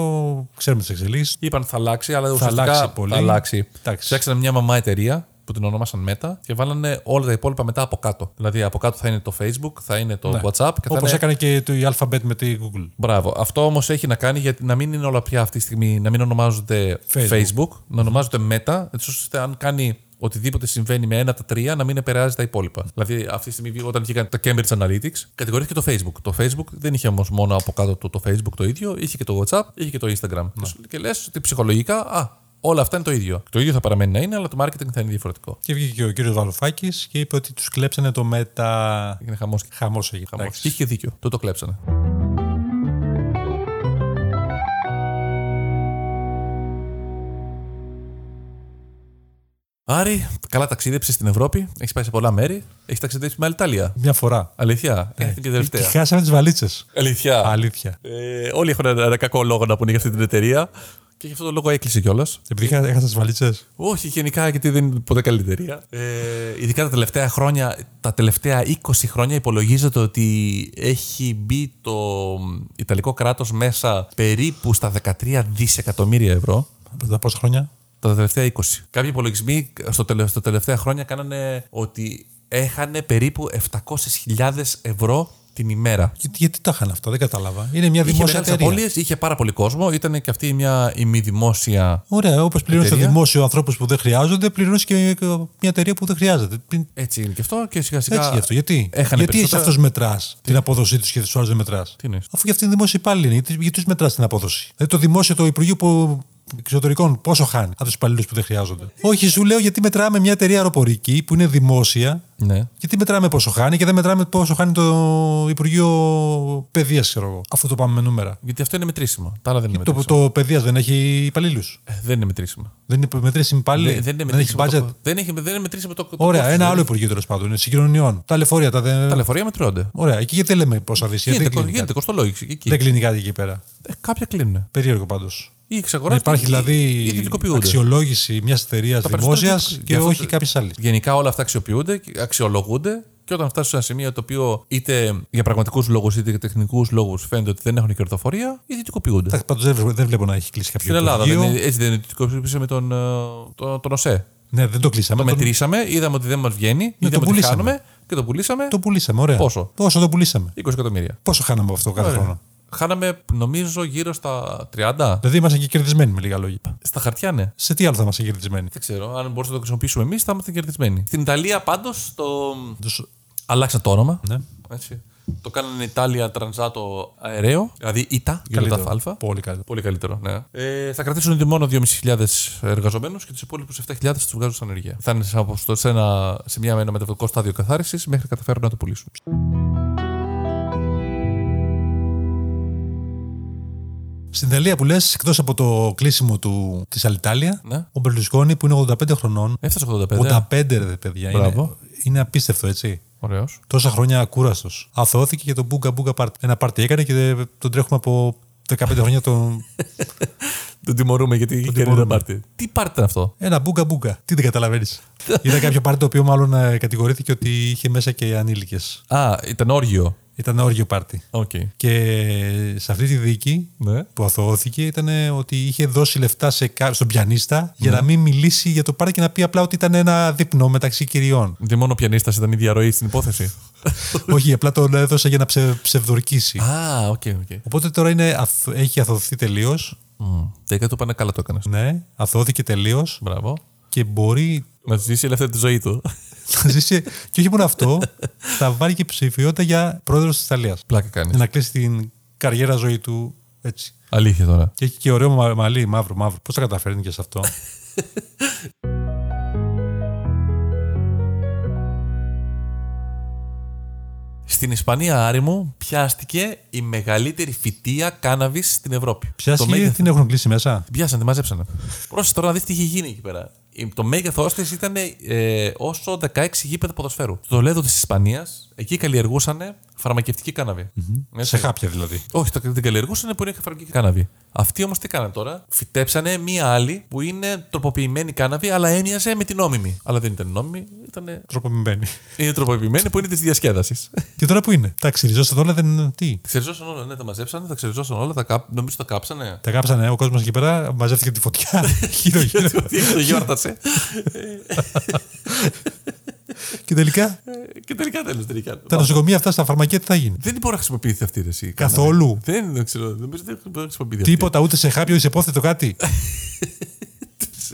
S2: ξέρουμε τις εξελίξεις.
S1: Είπαν θα αλλάξει, αλλά
S2: Θα
S1: ουσιαστικά
S2: αλλάξει πολύ.
S1: θα αλλάξει.
S2: Εντάξει.
S1: Φτιάξανε μια μαμά εταιρεία που την ονόμασαν Meta και βάλανε όλα τα υπόλοιπα μετά από κάτω. Δηλαδή από κάτω θα είναι το Facebook, θα είναι το WhatsApp και θα
S2: Ναι. Όπως
S1: είναι...
S2: έκανε και το, η Alphabet με τη Google.
S1: Μπράβο. Αυτό όμως έχει να κάνει γιατί να μην είναι όλα πια αυτή τη στιγμή, να μην ονομάζονται
S2: Facebook.
S1: Facebook, να ονομάζονται Meta, έτσι ώστε αν κάνει οτιδήποτε συμβαίνει με ένα από τα τρία να μην επηρεάζει τα υπόλοιπα. Δηλαδή, αυτή τη στιγμή, όταν βγήκαν τα Cambridge Analytics, κατηγορήθηκε το Facebook. Το Facebook δεν είχε όμως μόνο από κάτω του το Facebook το ίδιο, είχε και το WhatsApp, είχε και το Instagram. Και σου- Και λες ότι ψυχολογικά, α, όλα αυτά είναι το ίδιο. Το ίδιο θα παραμένει να είναι, αλλά το marketing θα είναι διαφορετικό.
S2: Και βγήκε και ο κύριος Βαρουφάκης και είπε ότι τους κλέψανε το μετα...
S1: Έγινε χαμό και
S2: Χαμός έγινε.
S1: χαμός.
S2: εντάξει.
S1: Και είχε δίκιο. Το το κλέψανε. Άρη, καλά ταξίδεψες στην Ευρώπη. Έχεις πάει σε πολλά μέρη. Έχεις ταξιδέψει με Αλιτάλια.
S2: Μια φορά.
S1: Αλήθεια. Ε, την και
S2: Και
S1: τελευταία.
S2: χάσαμε τις βαλίτσες.
S1: Αλήθεια.
S2: Αλήθεια.
S1: Ε, όλοι έχουν ένα, ένα κακό λόγο να πούνε για αυτή την εταιρεία. Και γι' αυτό το λόγο έκλεισε κιόλας.
S2: Επειδή είχα- έχασα τις βαλίτσες.
S1: Όχι, γενικά γιατί δεν είναι ποτέ καλή εταιρεία. Ε, ειδικά τα τελευταία χρόνια, τα τελευταία 20 χρόνια υπολογίζεται ότι έχει μπει το Ιταλικό κράτος μέσα περίπου στα 13 δισεκατομμύρια ευρώ.
S2: Από τα πόσα χρόνια.
S1: Τα τελευταία 20. Κάποιοι υπολογισμοί στο τελε, στα τελευταία χρόνια κάνανε ότι έχανε περίπου 700.000 ευρώ την ημέρα.
S2: Γιατί, γιατί τα είχαν αυτά, δεν κατάλαβα. Είναι μια
S1: Είχε
S2: δημόσια
S1: μεγάλες
S2: εταιρεία.
S1: απώλειες, είχε πάρα πολύ κόσμο, ήταν και αυτή μια ημιδημόσια
S2: Ωραία, όπως πληρώνεις το
S1: Εταιρεία.
S2: δημόσιο ανθρώπους που δεν χρειάζονται, πληρώνεις και ε, μια εταιρεία που δεν χρειάζεται. Πλην-
S1: έτσι είναι και αυτό και σιγά σιγά.
S2: Έτσι γι' αυτό. Γιατί,
S1: Έχανε
S2: γιατί
S1: περισσότερα.
S2: αυτός μετράς την απόδοσή τους και τους άλλους δεν μετράς.
S1: Τι εννοείς?
S2: Αφού και αυτοί είναι δημόσιοι υπάλληλοι, γιατί, γιατί τους μετράς την απόδοση. Δηλαδή το δημόσιο, το Υπουργείο που εξωτερικών, πόσο χάνει από τους υπαλλήλους που δεν χρειάζονται. Όχι, σου λέω γιατί μετράμε μια εταιρεία αεροπορική που είναι δημόσια.
S1: Ναι.
S2: Γιατί μετράμε πόσο χάνει και δεν μετράμε πόσο χάνει το Υπουργείο Παιδείας, ξέρω εγώ. Αφού το πάμε με νούμερα.
S1: Γιατί αυτό είναι μετρήσιμο. Τα άλλα δεν είναι
S2: Το,
S1: μετρήσιμα.
S2: το παιδείας δεν έχει υπαλλήλους.
S1: Ε, Δεν είναι μετρήσιμο.
S2: Δεν είναι μετρήσιμη πάλι.
S1: Δεν, δεν είναι
S2: έχει
S1: μετρήσιμο.
S2: budget.
S1: το, δεν, έχει, δεν είναι μετρήσιμο το το
S2: Ωραία,
S1: κόστος,
S2: ένα
S1: δηλαδή.
S2: άλλο Υπουργείο τέλος πάντων. Είναι συγκοινωνιών. Τα λεωφορεία. Τα δε...
S1: Τα λεωφορεία μετρώνται.
S2: Ωραία, εκεί γιατί λέμε πόσα δεις. Δεν,
S1: Γίνεται, κο-
S2: κλείνει
S1: γίνεται
S2: κάτι.
S1: κοστολόγηση. και Εκεί.
S2: δεν κλείνει κάτι εκεί πέρα.
S1: Ε, κάποια κλείνουν.
S2: Περίεργο πάντως.
S1: Ή
S2: Να
S1: εξαγοράζονται.
S2: υπάρχει
S1: ή-
S2: δηλαδή
S1: ή ιδιωτικοποιούνται.
S2: αξιολόγηση μιας εταιρείας
S1: περισσότερα
S2: δημόσιας
S1: ιδιωτικο-
S2: και
S1: για αυτό
S2: όχι
S1: το-
S2: κάποια άλλη.
S1: Γενικά όλα αυτά αξιοποιούνται, και αξιολογούνται και όταν φτάσει σε ένα σημείο το οποίο είτε για πραγματικούς λόγους είτε για τεχνικούς λόγους φαίνεται ότι δεν έχουν κερδοφορία, ιδιωτικοποιούνται.
S2: Πάντως δεν, βλέπω- δεν βλέπω να έχει κλείσει κάποιο
S1: Στην Ελλάδα δεν
S2: υπουργείο.
S1: είναι, έτσι δεν ιδιωτικοποιήσαμε τον, ε, τον, τον ΟΣΕ.
S2: Ναι, δεν το κλείσαμε.
S1: Το
S2: Τον- Ναι,
S1: μετρήσαμε, είδαμε ότι δεν μας βγαίνει, είδαμε ότι
S2: πουλήσαμε.
S1: χάνουμε και το πουλήσαμε
S2: Το πουλήσαμε, ωραία.
S1: Πόσο?
S2: Πόσο το πουλήσαμε.
S1: 20 εκατομμύρια.
S2: Πόσο χάναμε από αυτό κάθε
S1: Ωραία.
S2: χρόνο.
S1: Χάναμε, νομίζω, γύρω στα 30.
S2: Δηλαδή ήμασταν και κερδισμένοι με λίγα λόγια.
S1: Στα χαρτιά, ναι.
S2: Σε τι άλλο θα είμαστε κερδισμένοι.
S1: Δεν ξέρω. Αν μπορούσαμε να το χρησιμοποιήσουμε εμείς, θα ήμασταν κερδισμένοι. Στην Ιταλία, πάντως, το.
S2: Τους-
S1: Αλλάξαν το όνομα.
S2: Ναι.
S1: Έτσι. Το κάνανε Ιτάλια Τρανζάτο Αεραίο. Δηλαδή ΙΤΑ,
S2: Καλύτερο.
S1: τα Α.
S2: Πολύ καλύτερο.
S1: Πολύ καλύτερο, ναι. Ε, θα κρατήσουν ήδη μόνο 2.500 εργαζομένους και τους υπόλοιπους 7.000 θα τους βγάζουν σαν ανεργία. Θα είναι σε, αποστο- σε, ένα, σε μια, ένα μεταβατικό στάδιο καθάρισης μέχρι να καταφέρουν να το πουλήσουν.
S2: Στην Ιταλία που λες, εκτός από το κλείσιμο του της Αλιτάλια,
S1: Ναι.
S2: ο Μπερλουσκόνη που είναι 85 χρονών.
S1: Έφτασε 85.
S2: 85 ρε παιδιά. Είναι,
S1: Μπράβο.
S2: είναι απίστευτο, έτσι.
S1: Ωραίος.
S2: Τόσα χρόνια ακούραστο. Αθωώθηκε για το μπούγκα μπούγκα πάρτι. Ένα πάρτι έκανε και τον τρέχουμε από 15 χρόνια τον.
S1: Τον τιμωρούμε γιατί είχε κερδίσει ένα
S2: τιμωρούμε.
S1: πάρτι. Τι πάρτι ήταν αυτό.
S2: Ένα μπούγκα μπούγκα. Τι δεν καταλαβαίνεις. Ήταν κάποιο πάρτι το οποίο μάλλον ε, κατηγορήθηκε ότι είχε μέσα και ανήλικες.
S1: Α, ήταν όργιο.
S2: Ήταν όργιο πάρτι.
S1: Οκ.
S2: Και σε αυτή τη δίκη
S1: Ναι.
S2: που αθωώθηκε ήταν ε, ότι είχε δώσει λεφτά σε κά... στον πιανίστα για να μην μιλήσει για το πάρτι και να πει απλά ότι ήταν ένα δείπνο μεταξύ κυριών.
S1: Δεν μόνο ο πιανίστας ήταν η διαρροή στην υπόθεση.
S2: Όχι, απλά τον έδωσε για να ψε... ψευδορκήσει.
S1: Α, οκ, οκ.
S2: Οπότε τώρα είναι αθ- έχει αθωωθεί τελείως.
S1: Μμμ. Τελικά του πάνε καλά το έκανες.
S2: Ναι, αθωώθηκε τελείως
S1: Μπράβο.
S2: και μπορεί
S1: Να ζήσει ελεύθερη τη ζωή του.
S2: να ζήσει. και όχι μόνο αυτό, θα βάλει και ψηφιότητα για πρόεδρος της Ιταλίας.
S1: Πλάκα κάνεις.
S2: Να κλείσει την καριέρα ζωή του έτσι.
S1: Αλήθεια τώρα.
S2: Και έχει και ωραίο μα- μαλλί, μαύρο, μαύρο. Πώς τα καταφέρνει και σε αυτό.
S1: Στην Ισπανία, Άρη μου, πιάστηκε η μεγαλύτερη φυτεία κάναβης στην Ευρώπη.
S2: Πιάσει
S1: μέγεθος-
S2: και την έχουν κλείσει μέσα.
S1: Την πιάσανε, τη μαζέψανε. Πρόσεχε τώρα να δεις τι είχε γίνει εκεί πέρα. Η- Το μέγεθό της ήταν ε, όσο 16 γήπεδα ποδοσφαίρου. Το Λεδο της Ισπανίας, εκεί καλλιεργούσαν φαρμακευτική κάναβη. Έτσι.
S2: Σε χάπια δηλαδή.
S1: Όχι, το- την καλλιεργούσαν που είναι φαρμακευτική κάναβη. Αυτοί όμως τι κάνανε τώρα. Φυτέψανε μία άλλη που είναι τροποποιημένη κάναβη, αλλά έμοιαζε με την νόμιμη. Αλλά δεν ήταν νόμιμη, ήταν.
S2: Τρόπο μην μπαίνει.
S1: Είναι τροποποιημένη που είναι της διασκέδασης.
S2: και τώρα που είναι. Τα ξυριζώσατε όλα, δεν. Τι.
S1: ξεριζώσαν όλα, ναι, τα μαζέψανε, τα ξεριζώσαν όλα, τα κάπ... νομίζω τα κάψανε.
S2: Τα κάψανε ο κόσμος εκεί πέρα, μαζεύτηκε τη φωτιά. γύρω-γύρω.
S1: το γιόρτασε.
S2: και τελικά
S1: Ε, και τελικά τέλος τελικά.
S2: τα νοσοκομεία αυτά στα φαρμακεία τι θα γίνει.
S1: Δεν μπορεί να χρησιμοποιηθεί αυτή η ρεσί.
S2: Καθόλου.
S1: Δεν δεν ξέρω. Νομίζω δεν μπορεί να χρησιμοποιηθεί. αυτή.
S2: Τίποτα, ούτε σε χάπιο, ούτε σε πόθετο κάτι.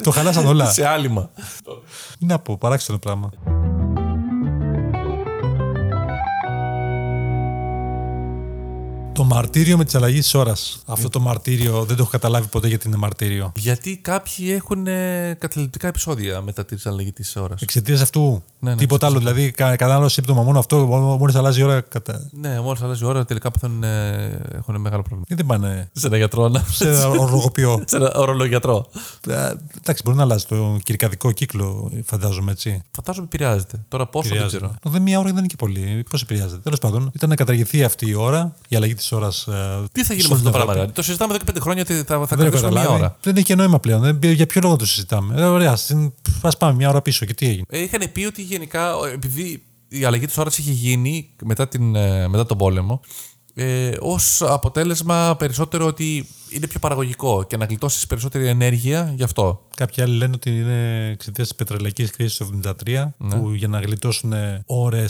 S2: Το χαλάσαν όλα.
S1: Σε άλυμα.
S2: Τι να πω, παράξενο πράγμα. Το μαρτύριο με τις αλλαγές της ώρας.
S1: Ναι.
S2: Αυτό το μαρτύριο δεν το έχω καταλάβει ποτέ γιατί είναι μαρτύριο.
S1: Γιατί κάποιοι έχουν ε, καταληπτικά επεισόδια μετά τη αλλαγή της ώρας.
S2: Εξαιτίας αυτού.
S1: Ναι, ναι,
S2: τίποτα άλλο. Δηλαδή, κα- κανένα άλλο σύμπτωμα. Μόνο αυτό, μόλις αλλάζει η ώρα. Κατα...
S1: Ναι, μόλις αλλάζει η ώρα τελικά παθαίνουν, ε, έχουν μεγάλο πρόβλημα.
S2: Γιατί Ε, δεν πάνε
S1: Σε ένα γιατρό, να.
S2: σε ένα ορολογοποιό.
S1: Σε ένα ορολογιατρό.
S2: Ε, Εντάξει, μπορεί να αλλάζει το κυρικαδικό κύκλο, φαντάζομαι έτσι.
S1: Φαντάζομαι επηρεάζεται. Τώρα πόσο δεν ξέρω.
S2: Επηρεάζεται. Ε, Δεν μία ώρα δεν είναι και πολύ. Πώς επηρεάζεται. Τέλος πάντων, ήταν να καταργηθεί αυτή η ώρα, η αλλαγή ε, της ώρας.
S1: Τι θα γίνει με αυτό το πράγμα, δηλαδή. Το συζητάμε εδώ και πέντε χρόνια ότι θα, θα
S2: Δεν έχω
S1: κρατήσουμε μία
S2: καταλάβει.
S1: ώρα.
S2: Δεν έχει και νόημα πλέον. Δεν- Για ποιο λόγο το συζητάμε. Ε, ωραία, ας πάμε μια ώρα πίσω και τι έγινε.
S1: Ε, Είχαν πει ότι γενικά, ο- επειδή η αλλαγή της ώρας είχε γίνει μετά, την, ε, μετά τον πόλεμο, ε, ως αποτέλεσμα περισσότερο ότι είναι πιο παραγωγικό και να γλιτώσεις περισσότερη ενέργεια γι' αυτό.
S2: Κάποιοι άλλοι λένε ότι είναι εξαιτία της πετρελαϊκής κρίσης του 1973
S1: Ναι.
S2: που για να γλιτώσουν ώρε